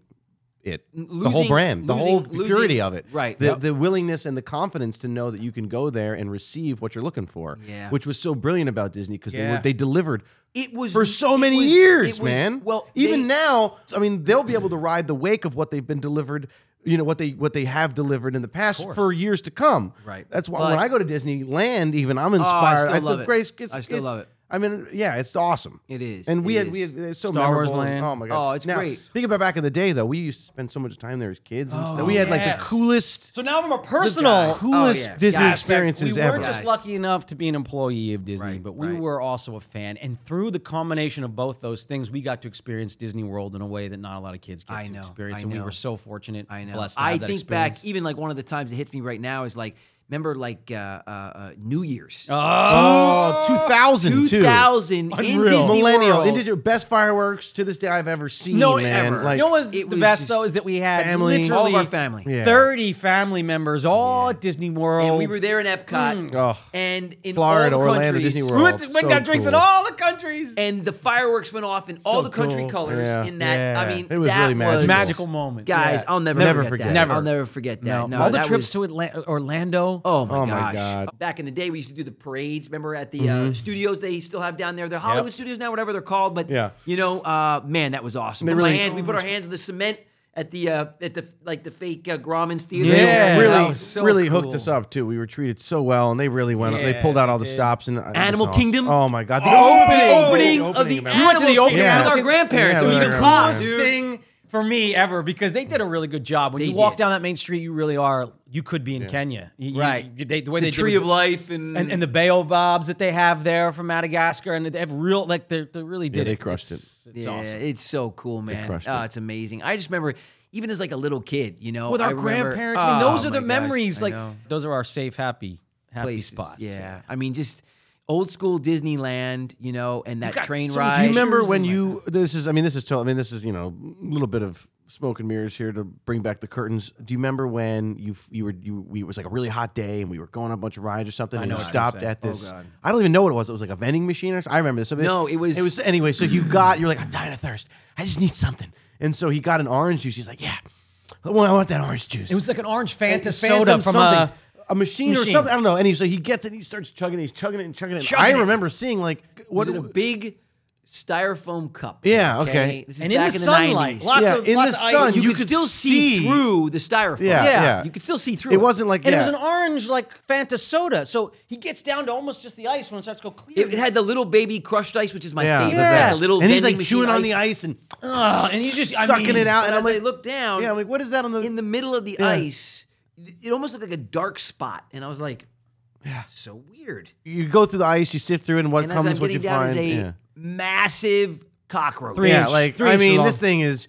[SPEAKER 2] it the whole
[SPEAKER 1] Losing-
[SPEAKER 2] brand the whole
[SPEAKER 1] losing-
[SPEAKER 2] purity
[SPEAKER 1] losing-
[SPEAKER 2] of it
[SPEAKER 1] right.
[SPEAKER 2] the,
[SPEAKER 1] Yep.
[SPEAKER 2] the willingness and the confidence to know that you can go there and receive what you're looking for
[SPEAKER 1] Yeah.
[SPEAKER 2] which was so brilliant about disney because they
[SPEAKER 3] Yeah.
[SPEAKER 2] were, they delivered
[SPEAKER 1] It was
[SPEAKER 2] for so
[SPEAKER 1] it
[SPEAKER 2] many
[SPEAKER 1] was-
[SPEAKER 2] years,
[SPEAKER 1] it was-
[SPEAKER 2] man.
[SPEAKER 1] Well,
[SPEAKER 2] even
[SPEAKER 1] they-
[SPEAKER 2] now, I mean, they'll be able to ride the wake of what they've been delivered. You know what they what they have delivered in the past for years to come.
[SPEAKER 1] Right.
[SPEAKER 2] That's why
[SPEAKER 1] But- Oh,
[SPEAKER 2] when I go to Disneyland, even I'm inspired.
[SPEAKER 1] still love
[SPEAKER 2] think
[SPEAKER 1] it.
[SPEAKER 2] Grace, it's-
[SPEAKER 1] I still
[SPEAKER 2] it's-
[SPEAKER 1] love it.
[SPEAKER 2] I mean, yeah, it's awesome.
[SPEAKER 1] It is.
[SPEAKER 2] And we
[SPEAKER 1] It
[SPEAKER 2] had
[SPEAKER 1] is.
[SPEAKER 2] we had it's so
[SPEAKER 3] Star Wars
[SPEAKER 2] memorable.
[SPEAKER 3] Land.
[SPEAKER 2] Oh my god.
[SPEAKER 1] Oh, it's
[SPEAKER 2] Now,
[SPEAKER 1] great. Oh,
[SPEAKER 2] Think about back in the day though. We used to spend so much time there as kids. And stuff. We had like
[SPEAKER 3] yeah.
[SPEAKER 2] the coolest,
[SPEAKER 3] So now I'm a personal. oh,
[SPEAKER 2] coolest
[SPEAKER 1] yeah.
[SPEAKER 2] Disney
[SPEAKER 1] Yeah,
[SPEAKER 2] experiences
[SPEAKER 3] we
[SPEAKER 2] ever.
[SPEAKER 3] were just
[SPEAKER 1] Guys.
[SPEAKER 3] lucky enough to be an employee of Disney,
[SPEAKER 1] Right,
[SPEAKER 3] but we
[SPEAKER 1] right.
[SPEAKER 3] were also a fan. And through the combination of both those things, we got to experience Disney World in a way that not a lot of kids get
[SPEAKER 1] I
[SPEAKER 3] to
[SPEAKER 1] know,
[SPEAKER 3] experience.
[SPEAKER 1] I
[SPEAKER 3] and we
[SPEAKER 1] know.
[SPEAKER 3] were so fortunate.
[SPEAKER 1] I know.
[SPEAKER 3] Blessed to
[SPEAKER 1] I
[SPEAKER 3] have that
[SPEAKER 1] think
[SPEAKER 3] experience.
[SPEAKER 1] back, e- even like one of the times that hits me right now is like, remember like uh, uh, uh, New Year's,
[SPEAKER 2] Oh, 2000 too.
[SPEAKER 1] 2000 in
[SPEAKER 2] Unreal.
[SPEAKER 1] Disney
[SPEAKER 2] Millennial.
[SPEAKER 1] World.
[SPEAKER 2] Indigenous- best fireworks to this day I've ever seen.
[SPEAKER 3] No,
[SPEAKER 2] man.
[SPEAKER 1] ever.
[SPEAKER 2] Like,
[SPEAKER 3] you know what was the
[SPEAKER 1] it was
[SPEAKER 3] best
[SPEAKER 1] just
[SPEAKER 3] though is that we had
[SPEAKER 2] family.
[SPEAKER 3] literally
[SPEAKER 1] all of our family.
[SPEAKER 2] Yeah.
[SPEAKER 3] 30 family members all at Disney World.
[SPEAKER 1] And we were there in Epcot
[SPEAKER 2] Oh.
[SPEAKER 1] and in
[SPEAKER 2] Florida,
[SPEAKER 1] all the
[SPEAKER 2] Orlando,
[SPEAKER 1] countries.
[SPEAKER 2] Disney
[SPEAKER 3] We
[SPEAKER 2] World.
[SPEAKER 3] went to- we
[SPEAKER 2] So
[SPEAKER 3] got drinks in
[SPEAKER 2] cool.
[SPEAKER 3] all the countries.
[SPEAKER 1] and the fireworks went off in all the country
[SPEAKER 2] cool.
[SPEAKER 1] colors
[SPEAKER 2] Yeah.
[SPEAKER 1] in that i
[SPEAKER 3] Yeah.
[SPEAKER 1] mean
[SPEAKER 2] It was
[SPEAKER 1] that
[SPEAKER 2] really magical.
[SPEAKER 1] was-
[SPEAKER 3] Magical moment,
[SPEAKER 1] guys
[SPEAKER 3] yeah.
[SPEAKER 1] i'll never,
[SPEAKER 2] Never
[SPEAKER 1] forget,
[SPEAKER 2] forget
[SPEAKER 1] that
[SPEAKER 2] it.
[SPEAKER 1] i'll
[SPEAKER 3] Never.
[SPEAKER 1] never forget that
[SPEAKER 3] No,
[SPEAKER 1] no,
[SPEAKER 3] all the
[SPEAKER 1] that
[SPEAKER 3] trips
[SPEAKER 1] was-
[SPEAKER 3] to Atlanta, Orlando.
[SPEAKER 1] oh my,
[SPEAKER 2] Oh my
[SPEAKER 1] gosh
[SPEAKER 2] God. Mm-hmm.
[SPEAKER 1] back in the day we used to do the parades remember at the uh, studios they still have down there they're hollywood studios now whatever they're called but
[SPEAKER 2] Yeah.
[SPEAKER 1] you know uh, man that was awesome
[SPEAKER 2] They
[SPEAKER 1] Put my
[SPEAKER 2] really- Oh,
[SPEAKER 1] hands- we put our hands in the cement at the uh, at the like the fake uh, Grauman's theater
[SPEAKER 3] Yeah.
[SPEAKER 1] That
[SPEAKER 2] really,
[SPEAKER 1] was so
[SPEAKER 2] really
[SPEAKER 1] cool.
[SPEAKER 2] hooked us up too. We were treated so well, and they really went. they
[SPEAKER 3] Yeah,
[SPEAKER 2] pulled out all
[SPEAKER 3] they
[SPEAKER 2] the
[SPEAKER 3] did.
[SPEAKER 2] stops and uh,
[SPEAKER 1] Animal
[SPEAKER 2] it was awesome.
[SPEAKER 1] Kingdom?
[SPEAKER 2] Oh my god, the
[SPEAKER 1] the
[SPEAKER 2] opening,
[SPEAKER 1] opening of the
[SPEAKER 2] man.
[SPEAKER 1] animal
[SPEAKER 3] went to the opening
[SPEAKER 1] Kingdom with
[SPEAKER 2] Yeah.
[SPEAKER 1] our grandparents
[SPEAKER 2] Yeah,
[SPEAKER 1] it was
[SPEAKER 2] with
[SPEAKER 1] the
[SPEAKER 2] our
[SPEAKER 1] coolest
[SPEAKER 2] grandparents.
[SPEAKER 1] thing
[SPEAKER 3] thing for me ever because they did a really good job. When
[SPEAKER 1] They
[SPEAKER 3] you walk
[SPEAKER 1] did.
[SPEAKER 3] down that main street, you really are. You could be in Kenya, You- you-
[SPEAKER 1] Right.
[SPEAKER 3] you- they- the way
[SPEAKER 1] the
[SPEAKER 3] they
[SPEAKER 1] tree
[SPEAKER 3] did
[SPEAKER 1] of
[SPEAKER 3] with-
[SPEAKER 1] life and
[SPEAKER 3] and, and the baobabs that they have there from Madagascar, and they have real like they they really did.
[SPEAKER 2] they
[SPEAKER 3] it.
[SPEAKER 2] crushed
[SPEAKER 3] It's- It's
[SPEAKER 1] yeah,
[SPEAKER 3] awesome.
[SPEAKER 1] it's so cool, man.
[SPEAKER 2] crushed
[SPEAKER 1] Oh,
[SPEAKER 2] it.
[SPEAKER 1] it's amazing. I just remember, even as like a little kid, you know,
[SPEAKER 3] With our
[SPEAKER 1] I remember-
[SPEAKER 3] grandparents, I mean, those
[SPEAKER 1] Oh,
[SPEAKER 3] are the
[SPEAKER 1] my gosh,
[SPEAKER 3] memories.
[SPEAKER 1] I
[SPEAKER 3] like
[SPEAKER 1] know.
[SPEAKER 3] those are our safe, happy, happy
[SPEAKER 1] Places,
[SPEAKER 3] spots.
[SPEAKER 1] Yeah. I mean, just old school Disneyland, you know, and that
[SPEAKER 3] got
[SPEAKER 1] train
[SPEAKER 3] some- do you
[SPEAKER 1] ride.
[SPEAKER 2] Do you remember
[SPEAKER 3] Pictures
[SPEAKER 2] when
[SPEAKER 3] and
[SPEAKER 2] you? This is. I mean, this is. Tell, I mean, this is. You know, a little bit of smoke and mirrors here to bring back the curtains. Do you remember when you you were you? We, it was like a really hot day, and we were going on a bunch of rides or something, and
[SPEAKER 3] know
[SPEAKER 2] you
[SPEAKER 3] what Oh, you're
[SPEAKER 2] stopped
[SPEAKER 3] saying.
[SPEAKER 2] at this. I don't even know what it was. It was like a vending machine or something. I remember this.
[SPEAKER 1] No, it was-
[SPEAKER 2] It was anyway. So you got. You're like, I'm dying of thirst. I just need something. And so he got an orange juice. He's like, yeah. Well, I want that orange juice.
[SPEAKER 3] It was like an orange Fanta
[SPEAKER 2] Phantom
[SPEAKER 3] soda from
[SPEAKER 2] something.
[SPEAKER 3] a.
[SPEAKER 2] a machine, or
[SPEAKER 3] machine.
[SPEAKER 2] something. I don't know. And he, so he gets it. He starts chugging it. He's chugging it and chugging it. And
[SPEAKER 3] Chugging
[SPEAKER 2] I
[SPEAKER 3] it.
[SPEAKER 2] remember seeing like what
[SPEAKER 1] was it a big styrofoam cup.
[SPEAKER 2] Yeah, okay.
[SPEAKER 1] This is
[SPEAKER 3] And in
[SPEAKER 1] back
[SPEAKER 3] the sunlight,
[SPEAKER 1] 90s.
[SPEAKER 3] lots
[SPEAKER 2] Yeah,
[SPEAKER 3] of
[SPEAKER 2] in
[SPEAKER 3] lots
[SPEAKER 2] the
[SPEAKER 3] of ice.
[SPEAKER 2] sun,
[SPEAKER 1] you,
[SPEAKER 2] you
[SPEAKER 1] could,
[SPEAKER 2] could
[SPEAKER 1] still see,
[SPEAKER 2] see.
[SPEAKER 1] through the styrofoam.
[SPEAKER 2] Yeah, Yeah. yeah.
[SPEAKER 1] You could still see through
[SPEAKER 2] It wasn't like
[SPEAKER 3] And
[SPEAKER 2] yeah.
[SPEAKER 3] it was an orange like Fanta soda. So he gets down to almost just the ice when it starts to go clear.
[SPEAKER 1] It, it had the little baby crushed ice, which is my
[SPEAKER 2] yeah,
[SPEAKER 1] favorite.
[SPEAKER 3] Yeah.
[SPEAKER 1] Like a little
[SPEAKER 2] and he's
[SPEAKER 1] vending
[SPEAKER 2] like
[SPEAKER 1] machine
[SPEAKER 2] chewing on
[SPEAKER 1] ice.
[SPEAKER 2] the ice and
[SPEAKER 3] Ugh, and he's just I
[SPEAKER 2] sucking
[SPEAKER 3] mean,
[SPEAKER 2] it out,
[SPEAKER 1] And
[SPEAKER 2] and I'm like,
[SPEAKER 1] look down.
[SPEAKER 2] yeah, I'm like, what is that on the?
[SPEAKER 1] in the middle of the
[SPEAKER 2] Yeah.
[SPEAKER 1] ice, it almost looked like a dark spot, and I was like, "Yeah, so weird."
[SPEAKER 2] you go through the ice, you sift through, it, and what
[SPEAKER 1] And
[SPEAKER 2] comes,
[SPEAKER 1] as I'm
[SPEAKER 2] what you
[SPEAKER 1] getting down
[SPEAKER 2] find.
[SPEAKER 1] is a
[SPEAKER 2] yeah.
[SPEAKER 1] massive cockroach,
[SPEAKER 2] yeah,
[SPEAKER 3] inch-
[SPEAKER 2] like
[SPEAKER 3] three
[SPEAKER 2] I
[SPEAKER 3] inches
[SPEAKER 2] mean,
[SPEAKER 3] long.
[SPEAKER 2] this thing is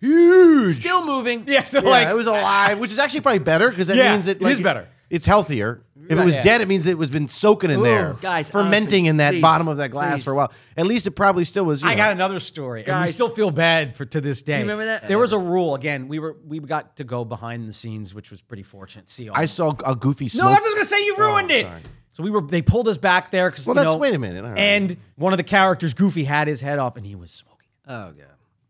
[SPEAKER 2] huge.
[SPEAKER 1] still moving.
[SPEAKER 3] yeah, so
[SPEAKER 2] yeah,
[SPEAKER 3] like
[SPEAKER 2] it was alive, which is actually probably better because that
[SPEAKER 3] Yeah,
[SPEAKER 2] means it,
[SPEAKER 3] it
[SPEAKER 2] like,
[SPEAKER 3] is better.
[SPEAKER 2] It's healthier. If it was
[SPEAKER 3] yeah.
[SPEAKER 2] dead, it means it was been soaking in there,
[SPEAKER 1] guys,
[SPEAKER 2] fermenting
[SPEAKER 1] honestly,
[SPEAKER 2] in that
[SPEAKER 1] please,
[SPEAKER 2] bottom of that glass for a while. At least it probably still was. You
[SPEAKER 3] I
[SPEAKER 2] know,
[SPEAKER 3] got another story, and we
[SPEAKER 1] Guys.
[SPEAKER 3] still feel bad for to this day. You
[SPEAKER 1] remember that?
[SPEAKER 3] There was a rule. Again, we were we got to go behind the scenes, which was pretty fortunate. See, all
[SPEAKER 2] I saw a goofy
[SPEAKER 3] no,
[SPEAKER 2] smoke.
[SPEAKER 3] that's what I was gonna say. You ruined it. So we were they pulled us back there because
[SPEAKER 2] Well,
[SPEAKER 3] you
[SPEAKER 2] that's-
[SPEAKER 3] know,
[SPEAKER 2] wait a minute, all right.
[SPEAKER 3] And one of the characters, Goofy, had his head off, and he was smoking.
[SPEAKER 1] Oh god,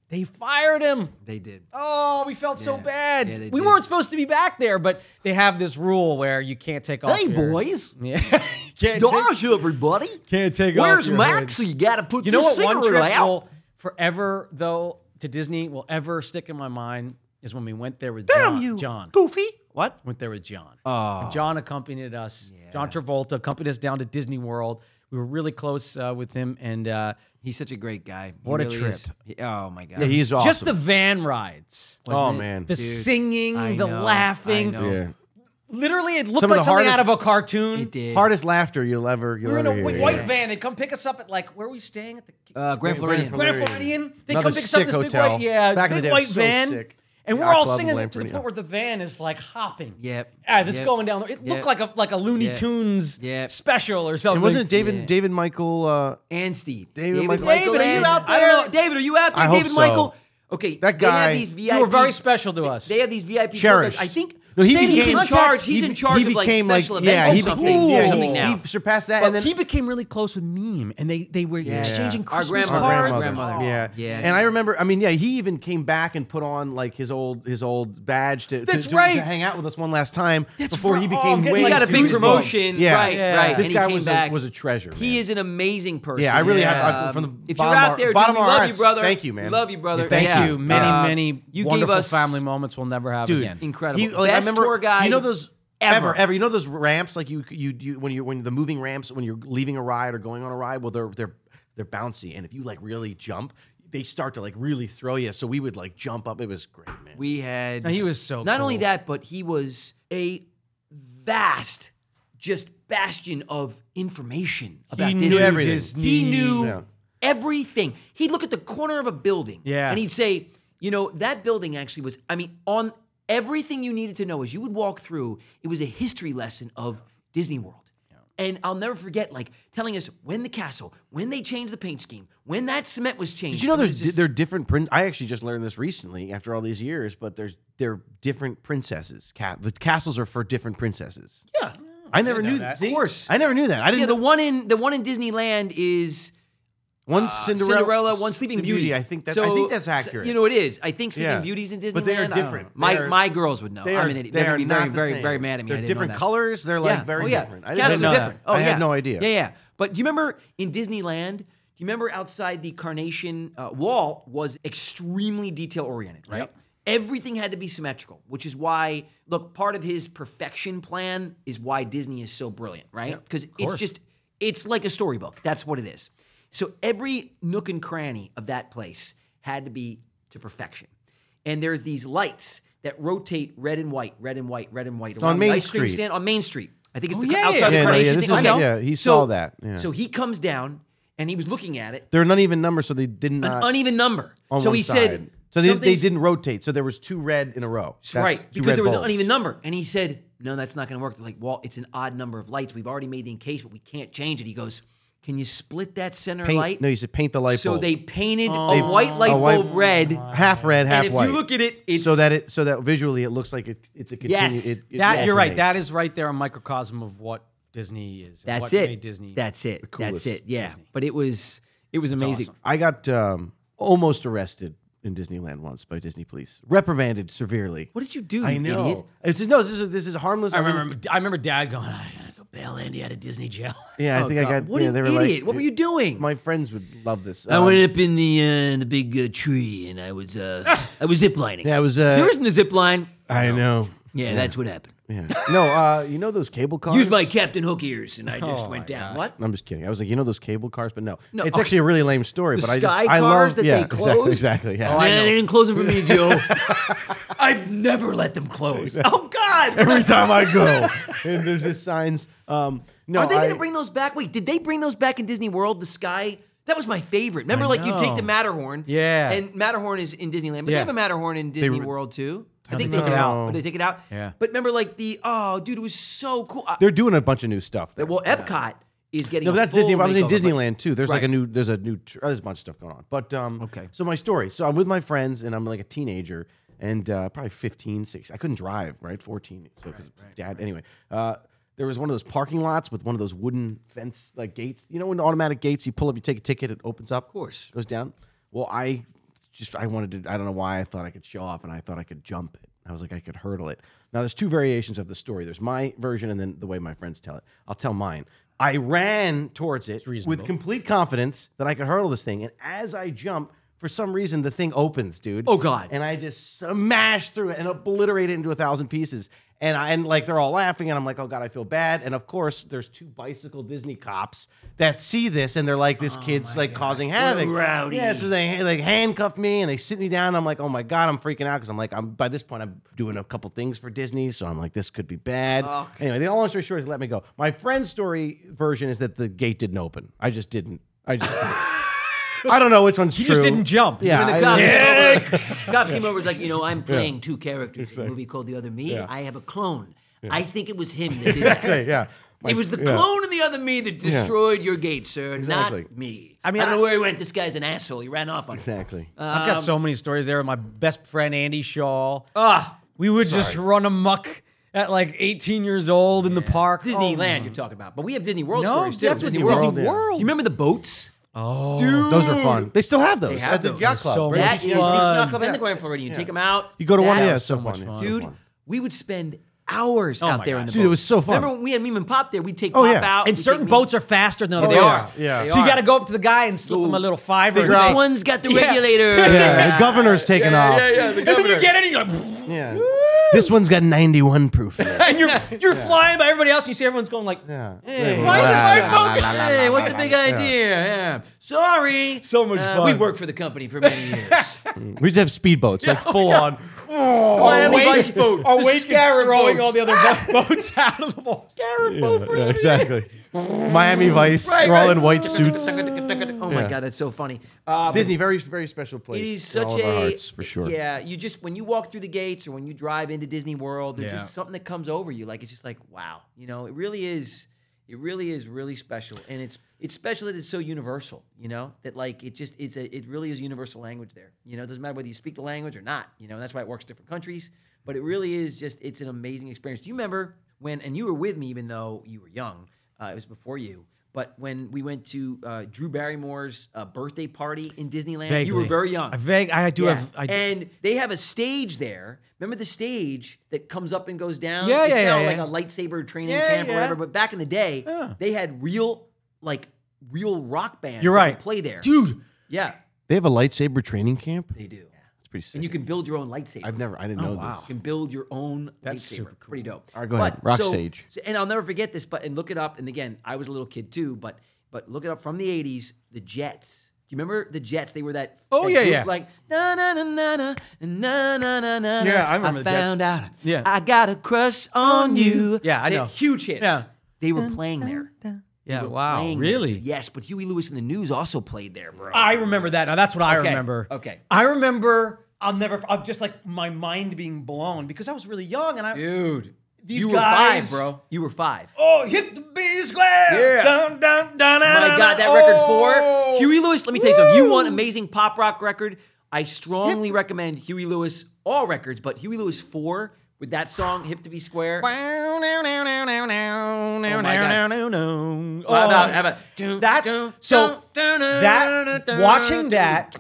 [SPEAKER 3] They fired him.
[SPEAKER 1] they did.
[SPEAKER 3] Oh, we felt so bad.
[SPEAKER 1] they
[SPEAKER 3] we
[SPEAKER 1] did.
[SPEAKER 3] weren't supposed to be back there, but they have this rule where you can't take off.
[SPEAKER 1] Hey
[SPEAKER 3] your-
[SPEAKER 1] boys,
[SPEAKER 3] Yeah. can't take-
[SPEAKER 1] dodge everybody.
[SPEAKER 3] Can't take off
[SPEAKER 1] Where's
[SPEAKER 3] your
[SPEAKER 1] Max? You got to put
[SPEAKER 3] You know
[SPEAKER 1] your
[SPEAKER 3] what? One
[SPEAKER 1] cigarette
[SPEAKER 3] trip
[SPEAKER 1] out.
[SPEAKER 3] will forever, though, to Disney will ever stick in my mind is when we went there with
[SPEAKER 1] Damn
[SPEAKER 3] John.
[SPEAKER 1] you,
[SPEAKER 3] John
[SPEAKER 1] Goofy. What?
[SPEAKER 3] went there with John. And John accompanied us. John Travolta accompanied us down to Disney World. We were really close uh, with him, and uh,
[SPEAKER 1] He's such a great guy. He
[SPEAKER 3] What a
[SPEAKER 1] really
[SPEAKER 3] trip.
[SPEAKER 1] is. He- oh my god.
[SPEAKER 2] Yeah, he's awesome.
[SPEAKER 3] just the van rides,
[SPEAKER 2] oh man,
[SPEAKER 3] the singing,
[SPEAKER 1] I
[SPEAKER 3] the
[SPEAKER 1] know, I
[SPEAKER 3] laughing.
[SPEAKER 1] know.
[SPEAKER 2] yeah.
[SPEAKER 3] Literally, it looked
[SPEAKER 2] Some of
[SPEAKER 3] like
[SPEAKER 2] the
[SPEAKER 3] something out
[SPEAKER 2] hardest-
[SPEAKER 3] of a cartoon.
[SPEAKER 1] He did.
[SPEAKER 2] hardest laughter you'll ever you'll
[SPEAKER 3] We were in
[SPEAKER 2] ever
[SPEAKER 3] a
[SPEAKER 2] hear.
[SPEAKER 3] whi-
[SPEAKER 2] yeah.
[SPEAKER 3] white van. They'd come pick us up at like where are we staying at the
[SPEAKER 1] Uh, Grand Floridian.
[SPEAKER 3] Grand
[SPEAKER 2] Floridian.
[SPEAKER 3] Floridian. They
[SPEAKER 2] Another
[SPEAKER 3] come pick us up in
[SPEAKER 2] sick
[SPEAKER 3] this big
[SPEAKER 2] hotel.
[SPEAKER 3] white, yeah,
[SPEAKER 2] Back in the
[SPEAKER 3] big
[SPEAKER 2] day, it was
[SPEAKER 3] white
[SPEAKER 2] so
[SPEAKER 3] van,
[SPEAKER 2] sick.
[SPEAKER 3] and
[SPEAKER 2] Yacht
[SPEAKER 3] we're all
[SPEAKER 2] Club in
[SPEAKER 3] singing it to the
[SPEAKER 2] Lampedusa.
[SPEAKER 3] point where the van is like hopping.
[SPEAKER 1] Yep.
[SPEAKER 3] As it's
[SPEAKER 1] Yep.
[SPEAKER 3] going down, the- it
[SPEAKER 1] Yep.
[SPEAKER 3] looked like a like a Looney
[SPEAKER 1] Yep.
[SPEAKER 3] Tunes
[SPEAKER 1] Yep.
[SPEAKER 3] special or something.
[SPEAKER 2] And wasn't it David
[SPEAKER 1] Yeah.
[SPEAKER 2] David Michael? Uh,
[SPEAKER 1] and Steve.
[SPEAKER 2] David Michael-
[SPEAKER 3] David, are you
[SPEAKER 1] Anderson.
[SPEAKER 3] out
[SPEAKER 1] I don't
[SPEAKER 3] there?
[SPEAKER 1] know. David, are you out there?
[SPEAKER 2] I hope
[SPEAKER 1] David
[SPEAKER 2] so.
[SPEAKER 1] Michael. Okay,
[SPEAKER 2] That
[SPEAKER 1] They
[SPEAKER 2] guy-
[SPEAKER 1] have these VIP.
[SPEAKER 3] You were very special to us.
[SPEAKER 1] They have these VIP.
[SPEAKER 2] Cherished.
[SPEAKER 1] programs. I think.
[SPEAKER 2] No, he
[SPEAKER 1] Steve- he's
[SPEAKER 2] became-
[SPEAKER 1] in charge. He's
[SPEAKER 2] he-
[SPEAKER 1] in charge
[SPEAKER 2] he
[SPEAKER 1] of like
[SPEAKER 2] became, like,
[SPEAKER 1] special
[SPEAKER 2] yeah,
[SPEAKER 1] events
[SPEAKER 2] he
[SPEAKER 1] or something.
[SPEAKER 2] became-
[SPEAKER 1] or
[SPEAKER 2] yeah, he-
[SPEAKER 1] something
[SPEAKER 2] he
[SPEAKER 1] now.
[SPEAKER 2] surpassed that,
[SPEAKER 3] But
[SPEAKER 2] and then-
[SPEAKER 3] he became really close with Meme, and they they were exchanging
[SPEAKER 1] Our
[SPEAKER 3] Christmas
[SPEAKER 1] grandma-
[SPEAKER 2] our
[SPEAKER 3] cards.
[SPEAKER 2] grandmother.
[SPEAKER 1] grandmother.
[SPEAKER 2] Yeah.
[SPEAKER 1] Yeah.
[SPEAKER 2] And I remember, I mean, yeah, he even came back and put on like his old his old badge to, to-
[SPEAKER 3] That's
[SPEAKER 2] to,
[SPEAKER 3] right.
[SPEAKER 2] to hang out with us one last time before he
[SPEAKER 3] right. Oh, I'm
[SPEAKER 2] became
[SPEAKER 3] getting
[SPEAKER 2] way
[SPEAKER 1] he got a
[SPEAKER 2] too
[SPEAKER 1] big
[SPEAKER 2] big.
[SPEAKER 1] promotion.
[SPEAKER 2] Yeah.
[SPEAKER 1] Right,
[SPEAKER 3] Yeah.
[SPEAKER 1] right.
[SPEAKER 2] This
[SPEAKER 1] and
[SPEAKER 2] guy
[SPEAKER 1] he came
[SPEAKER 2] was a-
[SPEAKER 1] back.
[SPEAKER 2] was a treasure,
[SPEAKER 1] He
[SPEAKER 2] man.
[SPEAKER 1] is an amazing person. Um,
[SPEAKER 2] Yeah, I really have- I- from the
[SPEAKER 1] if
[SPEAKER 2] bottom
[SPEAKER 1] you're
[SPEAKER 2] of
[SPEAKER 1] out
[SPEAKER 2] our-
[SPEAKER 1] there, dude,
[SPEAKER 2] bottom
[SPEAKER 1] we
[SPEAKER 2] of our
[SPEAKER 1] love you,
[SPEAKER 2] hearts,
[SPEAKER 1] brother.
[SPEAKER 2] thank you, man.
[SPEAKER 1] We love you, brother.
[SPEAKER 2] Thank
[SPEAKER 1] Yeah.
[SPEAKER 3] you, many
[SPEAKER 1] Uh,
[SPEAKER 3] many
[SPEAKER 1] you
[SPEAKER 3] wonderful
[SPEAKER 1] gave us
[SPEAKER 3] family moments we'll never have again.
[SPEAKER 1] incredible.
[SPEAKER 2] He,
[SPEAKER 1] Best
[SPEAKER 2] like, I remember,
[SPEAKER 1] tour guide
[SPEAKER 2] You know those ever.
[SPEAKER 1] ever.
[SPEAKER 2] ever You know those ramps like you you you when you when the moving ramps when you're leaving a ride or going on a ride. Well, they're they're they're bouncy, and if you like really jump, they start to like really throw you. So we would like jump up. It was great, man.
[SPEAKER 1] we had.
[SPEAKER 3] No, he was so
[SPEAKER 1] Not only
[SPEAKER 3] cool.
[SPEAKER 1] that, but he was a vast, just bastion of information about
[SPEAKER 3] knew
[SPEAKER 1] Disney.
[SPEAKER 2] everything.
[SPEAKER 1] He
[SPEAKER 3] Disney.
[SPEAKER 1] knew
[SPEAKER 2] Yeah.
[SPEAKER 1] everything. He'd look at the corner of a building,
[SPEAKER 3] Yeah.
[SPEAKER 1] and he'd say, "You know, that building actually was. I mean, on everything you needed to know as you would walk through, it was a history lesson of Disney World." And I'll never forget, like telling us when the castle, when they changed the paint scheme, when that cement was changed.
[SPEAKER 2] Did you know
[SPEAKER 1] It was
[SPEAKER 2] there's di-
[SPEAKER 1] just-
[SPEAKER 2] there are different prin- I actually just learned this recently after all these years, but there's there are different princesses. Ca- the castles are for different princesses.
[SPEAKER 1] yeah.
[SPEAKER 2] I never knew that.
[SPEAKER 1] Of course.
[SPEAKER 2] I never knew that. I didn't.
[SPEAKER 1] Yeah, the
[SPEAKER 2] know
[SPEAKER 1] one in the one in Disneyland is
[SPEAKER 2] one
[SPEAKER 1] Cinderella,
[SPEAKER 2] Cinderella,
[SPEAKER 1] one Sleeping Beauty.
[SPEAKER 2] I think that.
[SPEAKER 1] So-
[SPEAKER 2] I think that's
[SPEAKER 1] so,
[SPEAKER 2] accurate.
[SPEAKER 1] you know, it is. I think Sleeping
[SPEAKER 2] Yeah.
[SPEAKER 1] Beauty's in Disneyland.
[SPEAKER 2] But they are
[SPEAKER 1] I don't know.
[SPEAKER 2] different.
[SPEAKER 1] My
[SPEAKER 2] They are-
[SPEAKER 1] my girls would know.
[SPEAKER 2] They
[SPEAKER 1] Oh, I
[SPEAKER 2] are,
[SPEAKER 1] mean, they,
[SPEAKER 2] they
[SPEAKER 1] they're
[SPEAKER 2] are
[SPEAKER 1] gonna be
[SPEAKER 2] not
[SPEAKER 1] very,
[SPEAKER 2] the
[SPEAKER 1] very,
[SPEAKER 2] same.
[SPEAKER 1] very mad at me.
[SPEAKER 2] They're
[SPEAKER 1] I didn't know
[SPEAKER 2] different
[SPEAKER 1] that.
[SPEAKER 2] colors. They're
[SPEAKER 1] Yeah.
[SPEAKER 2] like very
[SPEAKER 1] oh, yeah.
[SPEAKER 2] different. I didn't
[SPEAKER 1] Castles
[SPEAKER 2] know
[SPEAKER 1] are
[SPEAKER 2] that.
[SPEAKER 1] different. Oh,
[SPEAKER 2] I
[SPEAKER 1] yeah.
[SPEAKER 2] had no idea.
[SPEAKER 1] Yeah, yeah. But do you remember in Disneyland? Do you remember outside the Carnation uh, wall was extremely detail oriented, right? Everything had to be symmetrical, which is why look part of his perfection plan is why Disney is so brilliant, right? Because it's just it's like a storybook. That's what it is. So every nook and cranny of that place had to be to perfection. And there's these lights that rotate red and white, red and white, red and white around
[SPEAKER 2] on Main
[SPEAKER 1] the ice cream
[SPEAKER 2] Street.
[SPEAKER 1] stand on Main Street. I think it's the
[SPEAKER 3] yeah,
[SPEAKER 1] outside
[SPEAKER 3] yeah,
[SPEAKER 1] the
[SPEAKER 3] yeah,
[SPEAKER 2] no,
[SPEAKER 1] Carnation
[SPEAKER 2] yeah,
[SPEAKER 1] thing.
[SPEAKER 2] this is-
[SPEAKER 1] I know.
[SPEAKER 2] yeah, he
[SPEAKER 1] So-
[SPEAKER 2] saw that, yeah.
[SPEAKER 1] So he comes down and he was looking at it,
[SPEAKER 2] They're an uneven number, so they did
[SPEAKER 1] an
[SPEAKER 2] not
[SPEAKER 1] uneven number.
[SPEAKER 2] on
[SPEAKER 1] so
[SPEAKER 2] one
[SPEAKER 1] he
[SPEAKER 2] side.
[SPEAKER 1] said,
[SPEAKER 2] so they, they
[SPEAKER 1] something's-
[SPEAKER 2] didn't rotate. So there was two red in a row. That's
[SPEAKER 1] right
[SPEAKER 2] two
[SPEAKER 1] because
[SPEAKER 2] red
[SPEAKER 1] there was an
[SPEAKER 2] bulbs.
[SPEAKER 1] uneven number, and he said, "No, that's not going to work." They're like, "Well, it's an odd number of lights. We've already made the encasement. We can't change it." He goes, "Can you split that center
[SPEAKER 2] Paint-
[SPEAKER 1] light?"
[SPEAKER 2] No, you said paint the light
[SPEAKER 1] so
[SPEAKER 2] bulb. Oh.
[SPEAKER 1] they painted a white light
[SPEAKER 2] A white-
[SPEAKER 1] bulb red,
[SPEAKER 2] half red, half
[SPEAKER 1] and if
[SPEAKER 2] white.
[SPEAKER 1] you look at it, it's
[SPEAKER 2] so that it so that visually it looks like it, it's a continue,
[SPEAKER 1] Yes.
[SPEAKER 2] it, it
[SPEAKER 3] That you're right.
[SPEAKER 2] resonates.
[SPEAKER 3] That is right there a microcosm of what Disney is. and
[SPEAKER 1] that's
[SPEAKER 3] what
[SPEAKER 1] it.
[SPEAKER 3] made Disney.
[SPEAKER 1] That's it. That's
[SPEAKER 2] coolest
[SPEAKER 1] it. Yeah, but it was it was amazing.
[SPEAKER 2] I got um, almost arrested in Disneyland once by Disney police, reprimanded severely.
[SPEAKER 1] What did you do?
[SPEAKER 2] I
[SPEAKER 1] you
[SPEAKER 2] know.
[SPEAKER 1] idiot?
[SPEAKER 2] It's just, no, this is this is harmless.
[SPEAKER 3] I remember. I remember Dad going. I gotta go
[SPEAKER 1] the hell Andy had a Disney gel.
[SPEAKER 2] Yeah, I think I got-
[SPEAKER 1] Uh, What
[SPEAKER 2] yeah,
[SPEAKER 1] an
[SPEAKER 2] they were
[SPEAKER 1] idiot!
[SPEAKER 2] like-
[SPEAKER 1] what were you doing?
[SPEAKER 2] My friends would love this.
[SPEAKER 1] I
[SPEAKER 2] Um,
[SPEAKER 1] went up in the uh, the big uh, tree and I was uh, I was ziplining.
[SPEAKER 2] Yeah, it was, uh,
[SPEAKER 1] there isn't a zip line.
[SPEAKER 2] I know.
[SPEAKER 1] Yeah, that's what happened.
[SPEAKER 2] Um, Yeah. No, uh, you know those cable cars.
[SPEAKER 1] Used my Captain Hook ears and I just went down. What?
[SPEAKER 2] I'm just kidding. I was like, you know those cable cars, but no,
[SPEAKER 1] No,
[SPEAKER 2] it's
[SPEAKER 1] okay.
[SPEAKER 2] actually a really lame story.
[SPEAKER 1] The
[SPEAKER 2] but I just,
[SPEAKER 1] sky
[SPEAKER 2] I
[SPEAKER 1] cars
[SPEAKER 2] love
[SPEAKER 1] that they
[SPEAKER 2] yeah, exactly-
[SPEAKER 1] closed? Oh,
[SPEAKER 2] Exactly, yeah.
[SPEAKER 1] Man, they didn't close them for me, Joe. I've never let them close. Oh God!
[SPEAKER 2] Every time I go, and there's just signs. Um, no,
[SPEAKER 1] Are they going
[SPEAKER 2] I-
[SPEAKER 1] to bring those back? Wait, did they bring those back in Disney World? The sky. That was my favorite. Remember, like you take the Matterhorn.
[SPEAKER 3] Yeah.
[SPEAKER 1] And Matterhorn is in Disneyland, but they
[SPEAKER 3] Yeah.
[SPEAKER 1] have a Matterhorn in Disney World too. I think they took it out. Oh, they take it out.
[SPEAKER 3] Yeah.
[SPEAKER 1] But remember, like the oh, dude, it was so cool. I-
[SPEAKER 2] They're doing a bunch of new stuff. there.
[SPEAKER 1] well, Epcot is getting.
[SPEAKER 2] No, but
[SPEAKER 1] a
[SPEAKER 2] that's Disney.
[SPEAKER 1] full
[SPEAKER 2] I was in
[SPEAKER 1] makeover, but-
[SPEAKER 2] Disneyland too. There's like a new. There's a new. tr- There's a bunch of stuff going on. But um, okay. So my story. So I'm with my friends, and I'm like a teenager, and uh, probably 15, 6. I couldn't drive. Right, 14. So 'cause dad. Anyway, uh, there was one of those parking lots with one of those wooden fence like gates. You know, when the automatic gates, you pull up, you take a ticket, it opens up. Of
[SPEAKER 1] course.
[SPEAKER 2] goes down. Well, I just I wanted to. I don't know why I thought I could show off, and I thought I could jump it. I was like I could hurdle it. Now there's two variations of the story. There's my version, and then the way my friends tell it. I'll tell mine. I ran towards it with complete confidence that I could hurdle this thing, and as I jump, for some reason the thing opens, dude.
[SPEAKER 1] Oh, God.
[SPEAKER 2] And I just smashed through it and obliterated it into a thousand pieces. And I and like they're all laughing, and I'm like, oh god, I feel bad. And of course, there's two bicycle Disney cops that see this, and they're like,
[SPEAKER 1] Oh,
[SPEAKER 2] this kid's like causing havoc.
[SPEAKER 1] rowdy.
[SPEAKER 2] Yeah, so they like handcuff me and they sit me down. I'm like, oh my god, I'm freaking out because I'm like, I'm by this point I'm doing a couple things for Disney, so I'm like, this could be bad. Anyway, the long story short is they let me go. My friend's story version is that the gate didn't open. I just didn't. I just. I don't know which one's
[SPEAKER 3] You just
[SPEAKER 2] true.
[SPEAKER 3] didn't jump. You
[SPEAKER 2] Yeah,
[SPEAKER 3] were
[SPEAKER 1] The
[SPEAKER 2] I-
[SPEAKER 1] cops,
[SPEAKER 2] yeah.
[SPEAKER 1] came over. cops came over. Was like, you know, I'm playing two characters in a movie called The Other Me. I have a clone. I think it was him that did that.
[SPEAKER 2] Okay, yeah.
[SPEAKER 1] It was the
[SPEAKER 2] yeah.
[SPEAKER 1] clone in the other me that destroyed your gate, sir,
[SPEAKER 2] Exactly.
[SPEAKER 1] not me. I
[SPEAKER 3] I
[SPEAKER 1] mean,
[SPEAKER 3] mean,
[SPEAKER 1] I don't
[SPEAKER 3] I-
[SPEAKER 1] know where he went. This guy's an asshole. He ran off on me.
[SPEAKER 2] Exactly.
[SPEAKER 3] I've got so many stories there with my best friend Andy Shaw. we would just run amok at like 18 years old in the park. Oh,
[SPEAKER 1] Disneyland,
[SPEAKER 2] Oh,
[SPEAKER 1] you're talking about, but we have Disney World
[SPEAKER 3] No,
[SPEAKER 1] stories too.
[SPEAKER 3] that's what
[SPEAKER 2] Disney World, yeah.
[SPEAKER 1] You remember the boats?
[SPEAKER 2] those are fun. They still have those
[SPEAKER 1] have
[SPEAKER 2] at the
[SPEAKER 1] those.
[SPEAKER 2] yacht club.
[SPEAKER 3] So
[SPEAKER 2] right?
[SPEAKER 3] much
[SPEAKER 1] That is Beach
[SPEAKER 3] fun.
[SPEAKER 1] Yacht Club and the Grand Floridian. You take them out.
[SPEAKER 2] you go to one.
[SPEAKER 1] That-
[SPEAKER 2] Yeah, it's so, fun. yeah.
[SPEAKER 1] dude. We would spend hours out
[SPEAKER 3] my
[SPEAKER 1] there in the
[SPEAKER 3] gosh.
[SPEAKER 2] Dude, it
[SPEAKER 1] boat.
[SPEAKER 2] was so fun.
[SPEAKER 1] Remember when we had Meme and Pop there? We'd take
[SPEAKER 2] Oh,
[SPEAKER 1] Pop
[SPEAKER 2] yeah.
[SPEAKER 1] out.
[SPEAKER 3] And
[SPEAKER 1] we'd
[SPEAKER 3] certain
[SPEAKER 1] take
[SPEAKER 3] boats are faster than other.
[SPEAKER 2] yeah.
[SPEAKER 3] they are.
[SPEAKER 2] Yeah.
[SPEAKER 3] So
[SPEAKER 1] are.
[SPEAKER 3] you got to go up to the guy and slip him a little fiver.
[SPEAKER 1] Meme.
[SPEAKER 3] and
[SPEAKER 1] This
[SPEAKER 3] say,
[SPEAKER 1] one's got the
[SPEAKER 3] Yeah.
[SPEAKER 1] regulator.
[SPEAKER 2] Yeah, the governor's taking off. Yeah, yeah,
[SPEAKER 3] and then you get in and you're like,
[SPEAKER 2] This one's got 91 proof. In it.
[SPEAKER 3] and you're you're flying by everybody else, and you see everyone's going like,
[SPEAKER 2] Yeah.
[SPEAKER 3] "Why is it my boat?"
[SPEAKER 1] Hey, what's the big idea? Yeah. Sorry.
[SPEAKER 3] So much
[SPEAKER 1] Uh,
[SPEAKER 3] fun.
[SPEAKER 1] We worked for the company for many years.
[SPEAKER 2] We just have speedboats, like full on.
[SPEAKER 1] Miami
[SPEAKER 3] Wade-
[SPEAKER 1] Vice boat.
[SPEAKER 3] Or
[SPEAKER 1] The Ah!
[SPEAKER 3] Wade is
[SPEAKER 1] Scarab
[SPEAKER 3] throwing
[SPEAKER 1] boats.
[SPEAKER 3] all the other bo- boats out of the wall.
[SPEAKER 2] Yeah, yeah, exactly. Miami Vice.
[SPEAKER 1] Right,
[SPEAKER 2] they're all
[SPEAKER 1] right.
[SPEAKER 2] in white suits.
[SPEAKER 1] Oh my god, that's so funny.
[SPEAKER 3] Uh,
[SPEAKER 2] Disney, very very special place.
[SPEAKER 1] It is
[SPEAKER 2] in
[SPEAKER 1] such
[SPEAKER 2] all of
[SPEAKER 1] a
[SPEAKER 2] our hearts, for sure.
[SPEAKER 1] Yeah, you just when you walk through the gates or when you drive into Disney World, there's
[SPEAKER 3] Yeah.
[SPEAKER 1] just something that comes over you. Like it's just like wow, you know, it really is. It really is really special, and it's it's special that it's so universal. You know that like it just it's a it really is universal language there. You know, it doesn't matter whether you speak the language or not. You know, that's why it works in different countries. But it really is just it's an amazing experience. Do you remember when? And you were with me, even though you were young. Uh, it was before you. But when we went to uh, Drew Barrymore's uh, birthday party in Disneyland, you were
[SPEAKER 3] Vaguely.
[SPEAKER 1] very young.
[SPEAKER 3] I vague- I do
[SPEAKER 1] Yeah.
[SPEAKER 3] have- I do-
[SPEAKER 1] and they have a stage there. Remember the stage that comes up and goes down?
[SPEAKER 3] Yeah,
[SPEAKER 1] it's
[SPEAKER 3] yeah,
[SPEAKER 1] now
[SPEAKER 3] yeah,
[SPEAKER 1] like
[SPEAKER 3] yeah.
[SPEAKER 1] a lightsaber training
[SPEAKER 3] Yeah,
[SPEAKER 1] camp or
[SPEAKER 3] yeah.
[SPEAKER 1] whatever. But back in the day, they had real like real rock bands.
[SPEAKER 3] You're
[SPEAKER 1] that would
[SPEAKER 3] right.
[SPEAKER 1] play there,
[SPEAKER 3] Dude,
[SPEAKER 1] Yeah,
[SPEAKER 2] They have a lightsaber training camp.
[SPEAKER 1] they do.
[SPEAKER 2] It's pretty sick.
[SPEAKER 1] And you can build your own lightsaber. Oh,
[SPEAKER 2] I've never. I didn't know
[SPEAKER 1] You can build your own lightsaber. Pretty dope. All
[SPEAKER 2] right, go ahead. Rock
[SPEAKER 1] so,
[SPEAKER 2] sage.
[SPEAKER 1] so- and I'll never forget this, but and look it up. And again, I was a little kid too, but but look it up from the '80s. The Jets. Do you remember the Jets? They were that.
[SPEAKER 3] Oh,
[SPEAKER 1] that
[SPEAKER 3] yeah,
[SPEAKER 1] group,
[SPEAKER 3] yeah.
[SPEAKER 1] Like na na na na na na na na na. na.
[SPEAKER 3] Yeah, I remember the Jets.
[SPEAKER 1] found out.
[SPEAKER 3] Yeah.
[SPEAKER 1] I got a crush on you.
[SPEAKER 3] Yeah, I
[SPEAKER 1] They-
[SPEAKER 3] know.
[SPEAKER 1] Huge hits.
[SPEAKER 3] Yeah.
[SPEAKER 1] They were playing there.
[SPEAKER 3] yeah,
[SPEAKER 1] Playing there.
[SPEAKER 3] really? Ah,
[SPEAKER 1] Yes, but Huey Lewis and the News also played there, bro.
[SPEAKER 3] I remember that. Now that's what I
[SPEAKER 1] Okay,
[SPEAKER 3] remember.
[SPEAKER 1] okay.
[SPEAKER 3] I remember. I'll never. I'm just like my mind being blown because I was really young and I.
[SPEAKER 1] Dude,
[SPEAKER 3] These
[SPEAKER 1] you were five,
[SPEAKER 3] guys-
[SPEAKER 1] bro. You were five.
[SPEAKER 3] Oh, hit the B square.
[SPEAKER 1] Yeah.
[SPEAKER 3] Dun, dun, dun, Oh.
[SPEAKER 1] Oh my God, that record four. Huey Lewis, let me tell you something. You want amazing pop rock record? I strongly recommend Huey Lewis, all records, but Huey Lewis four with that song, Hip to Be Square.
[SPEAKER 3] Oh,
[SPEAKER 1] How about, how about,
[SPEAKER 3] That's so that watching that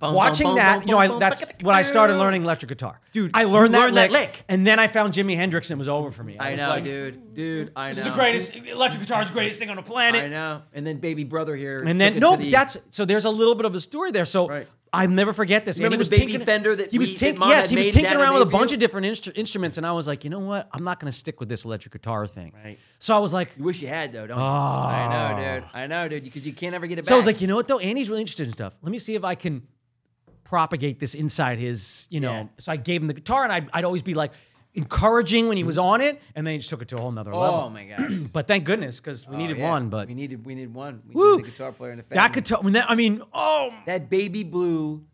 [SPEAKER 3] watching that you know I, that's when I started learning electric guitar. Dude, I learned,
[SPEAKER 1] you
[SPEAKER 3] that,
[SPEAKER 1] learned
[SPEAKER 3] lick,
[SPEAKER 1] that lick.
[SPEAKER 3] and then I found Jimi Hendrix and it was over for me.
[SPEAKER 1] I
[SPEAKER 3] was
[SPEAKER 1] know,
[SPEAKER 3] like,
[SPEAKER 1] dude. Dude, I know.
[SPEAKER 3] This is the greatest electric guitar is the greatest thing on the planet.
[SPEAKER 1] I know. And then baby brother here.
[SPEAKER 3] And
[SPEAKER 1] took
[SPEAKER 3] then
[SPEAKER 1] it
[SPEAKER 3] no,
[SPEAKER 1] to the-
[SPEAKER 3] that's so. There's a little bit of a story there. So
[SPEAKER 1] Right.
[SPEAKER 3] I'll never forget this. And
[SPEAKER 1] Remember
[SPEAKER 3] he was
[SPEAKER 1] the baby
[SPEAKER 3] tinkering-
[SPEAKER 1] Fender that
[SPEAKER 3] he was
[SPEAKER 1] we- that
[SPEAKER 3] tinkering.
[SPEAKER 1] Mom
[SPEAKER 3] Yes,
[SPEAKER 1] had
[SPEAKER 3] he was
[SPEAKER 1] made and
[SPEAKER 3] tinkering
[SPEAKER 1] Dad had
[SPEAKER 3] around with a
[SPEAKER 1] made
[SPEAKER 3] bunch
[SPEAKER 1] for
[SPEAKER 3] of different instru- instruments, and I was like, you know what? I'm not going to stick with this electric guitar thing. Right. So I was like,
[SPEAKER 1] You wish you had though, don't you? I know, dude. I know, dude. Because you can't ever get it back.
[SPEAKER 3] so I was Ah. like, you know what though? Andy's really interested in stuff. Let me see if I can propagate this inside his, you know.
[SPEAKER 1] Yeah.
[SPEAKER 3] So I gave him the guitar, and I'd, I'd always be like encouraging when he was on it, and then he just took it to a whole nother
[SPEAKER 1] Mm-hmm. oh
[SPEAKER 3] level.
[SPEAKER 1] my god. We
[SPEAKER 3] But thank goodness because we needed one. But
[SPEAKER 1] we needed we needed one. We
[SPEAKER 3] Woo.
[SPEAKER 1] needed a guitar player in the family.
[SPEAKER 3] that guitar, when that, I mean, oh,
[SPEAKER 1] that baby blue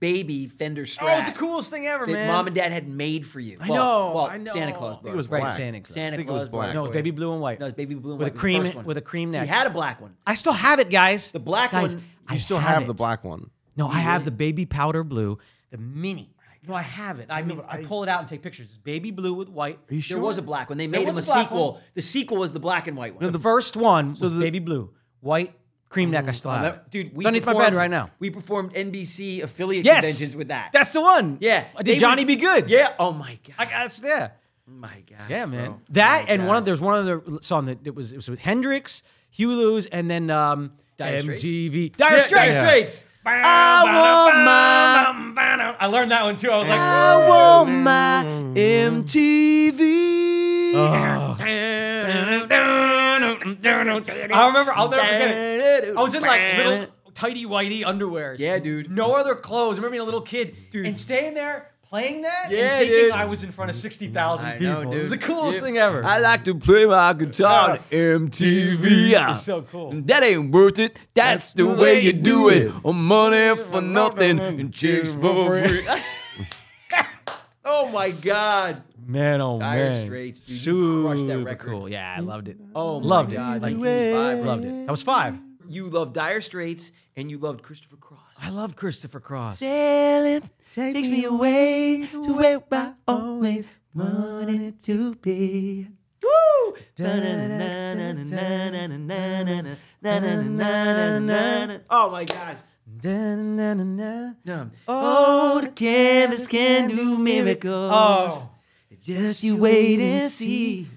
[SPEAKER 1] baby Fender Strat.
[SPEAKER 3] oh, it's the coolest thing ever,
[SPEAKER 1] that
[SPEAKER 3] man.
[SPEAKER 1] mom and dad had made for you.
[SPEAKER 3] I
[SPEAKER 1] Well-
[SPEAKER 3] know,
[SPEAKER 1] well,
[SPEAKER 3] I know.
[SPEAKER 1] Santa Claus. Bro.
[SPEAKER 3] it was
[SPEAKER 2] Right,
[SPEAKER 3] black.
[SPEAKER 2] black.
[SPEAKER 3] Santa Claus.
[SPEAKER 1] Santa
[SPEAKER 2] I think it
[SPEAKER 1] Claus.
[SPEAKER 2] was black.
[SPEAKER 3] No,
[SPEAKER 1] No,
[SPEAKER 3] it's baby blue and white.
[SPEAKER 1] no, it's baby blue and
[SPEAKER 3] with
[SPEAKER 1] white.
[SPEAKER 3] a
[SPEAKER 1] the
[SPEAKER 3] cream
[SPEAKER 1] first one.
[SPEAKER 3] with a cream
[SPEAKER 1] He
[SPEAKER 3] neck.
[SPEAKER 1] had a black one.
[SPEAKER 3] I still have it, guys. The
[SPEAKER 1] black
[SPEAKER 3] guys,
[SPEAKER 1] one-
[SPEAKER 3] I
[SPEAKER 2] You still have
[SPEAKER 3] it.
[SPEAKER 2] the black one.
[SPEAKER 3] No, I have the baby powder blue, the mini. No, I have it. I mean, I pull it out and take pictures. It's baby blue with white.
[SPEAKER 2] Are
[SPEAKER 1] There
[SPEAKER 2] you sure?
[SPEAKER 1] was a black one. They made him
[SPEAKER 3] was
[SPEAKER 1] a
[SPEAKER 3] a black
[SPEAKER 1] sequel.
[SPEAKER 3] one.
[SPEAKER 1] The sequel was the black and white one.
[SPEAKER 3] the, first one was baby blue, white cream neck. I still have.
[SPEAKER 1] Oh, That-
[SPEAKER 3] it.
[SPEAKER 1] dude, we
[SPEAKER 3] it's underneath my
[SPEAKER 1] performed-
[SPEAKER 3] bed right now.
[SPEAKER 1] We performed NBC affiliate
[SPEAKER 3] Yes,
[SPEAKER 1] conventions with that.
[SPEAKER 3] That's the one.
[SPEAKER 1] yeah.
[SPEAKER 3] I
[SPEAKER 1] They
[SPEAKER 3] did Johnny
[SPEAKER 1] would-
[SPEAKER 3] be good?
[SPEAKER 1] Yeah. Oh my god.
[SPEAKER 3] I got it's there.
[SPEAKER 1] my god.
[SPEAKER 3] Yeah, man. That
[SPEAKER 1] oh,
[SPEAKER 3] and one of there's one other song that it was it was with Hendrix, Hulu's, and then um,
[SPEAKER 1] Dire Straits?
[SPEAKER 3] MTV.
[SPEAKER 1] Dire Straits.
[SPEAKER 3] Yeah.
[SPEAKER 1] Straits.
[SPEAKER 3] I want my. I learned that one too. I was like,
[SPEAKER 1] I want my MTV.
[SPEAKER 3] I remember. I'll never forget it. I was in like little tidy whitey underwear.
[SPEAKER 1] Yeah, dude.
[SPEAKER 3] No other clothes. I remember being a little kid, dude, and staying there playing that.
[SPEAKER 1] Yeah,
[SPEAKER 3] and thinking
[SPEAKER 1] dude.
[SPEAKER 3] I was in front of sixty thousand
[SPEAKER 1] I
[SPEAKER 3] people.
[SPEAKER 1] know,
[SPEAKER 3] It was the
[SPEAKER 1] dude.
[SPEAKER 3] coolest
[SPEAKER 1] Yeah.
[SPEAKER 3] thing ever.
[SPEAKER 1] I like to play my guitar on MTV.
[SPEAKER 3] It's so cool.
[SPEAKER 1] That ain't worth it. That's, the, way, you do it. Money for nothing and chicks for free. oh my God.
[SPEAKER 3] man, oh
[SPEAKER 1] Dire Straits, dude, you crushed that
[SPEAKER 3] Super
[SPEAKER 1] record.
[SPEAKER 3] Cool. Yeah, I loved it.
[SPEAKER 1] Oh my
[SPEAKER 3] loved
[SPEAKER 1] God.
[SPEAKER 3] it. Like,
[SPEAKER 1] 1985, bro.
[SPEAKER 3] loved it. That was five.
[SPEAKER 1] You loved Dire Straits and you loved Christopher Cross.
[SPEAKER 3] I loved Christopher Cross.
[SPEAKER 1] Sailing takes me away to where I always wanted to be. Woo! Oh my gosh. Um, Oh, the canvas can do miracles.
[SPEAKER 3] Oh.
[SPEAKER 1] Just you wait and see.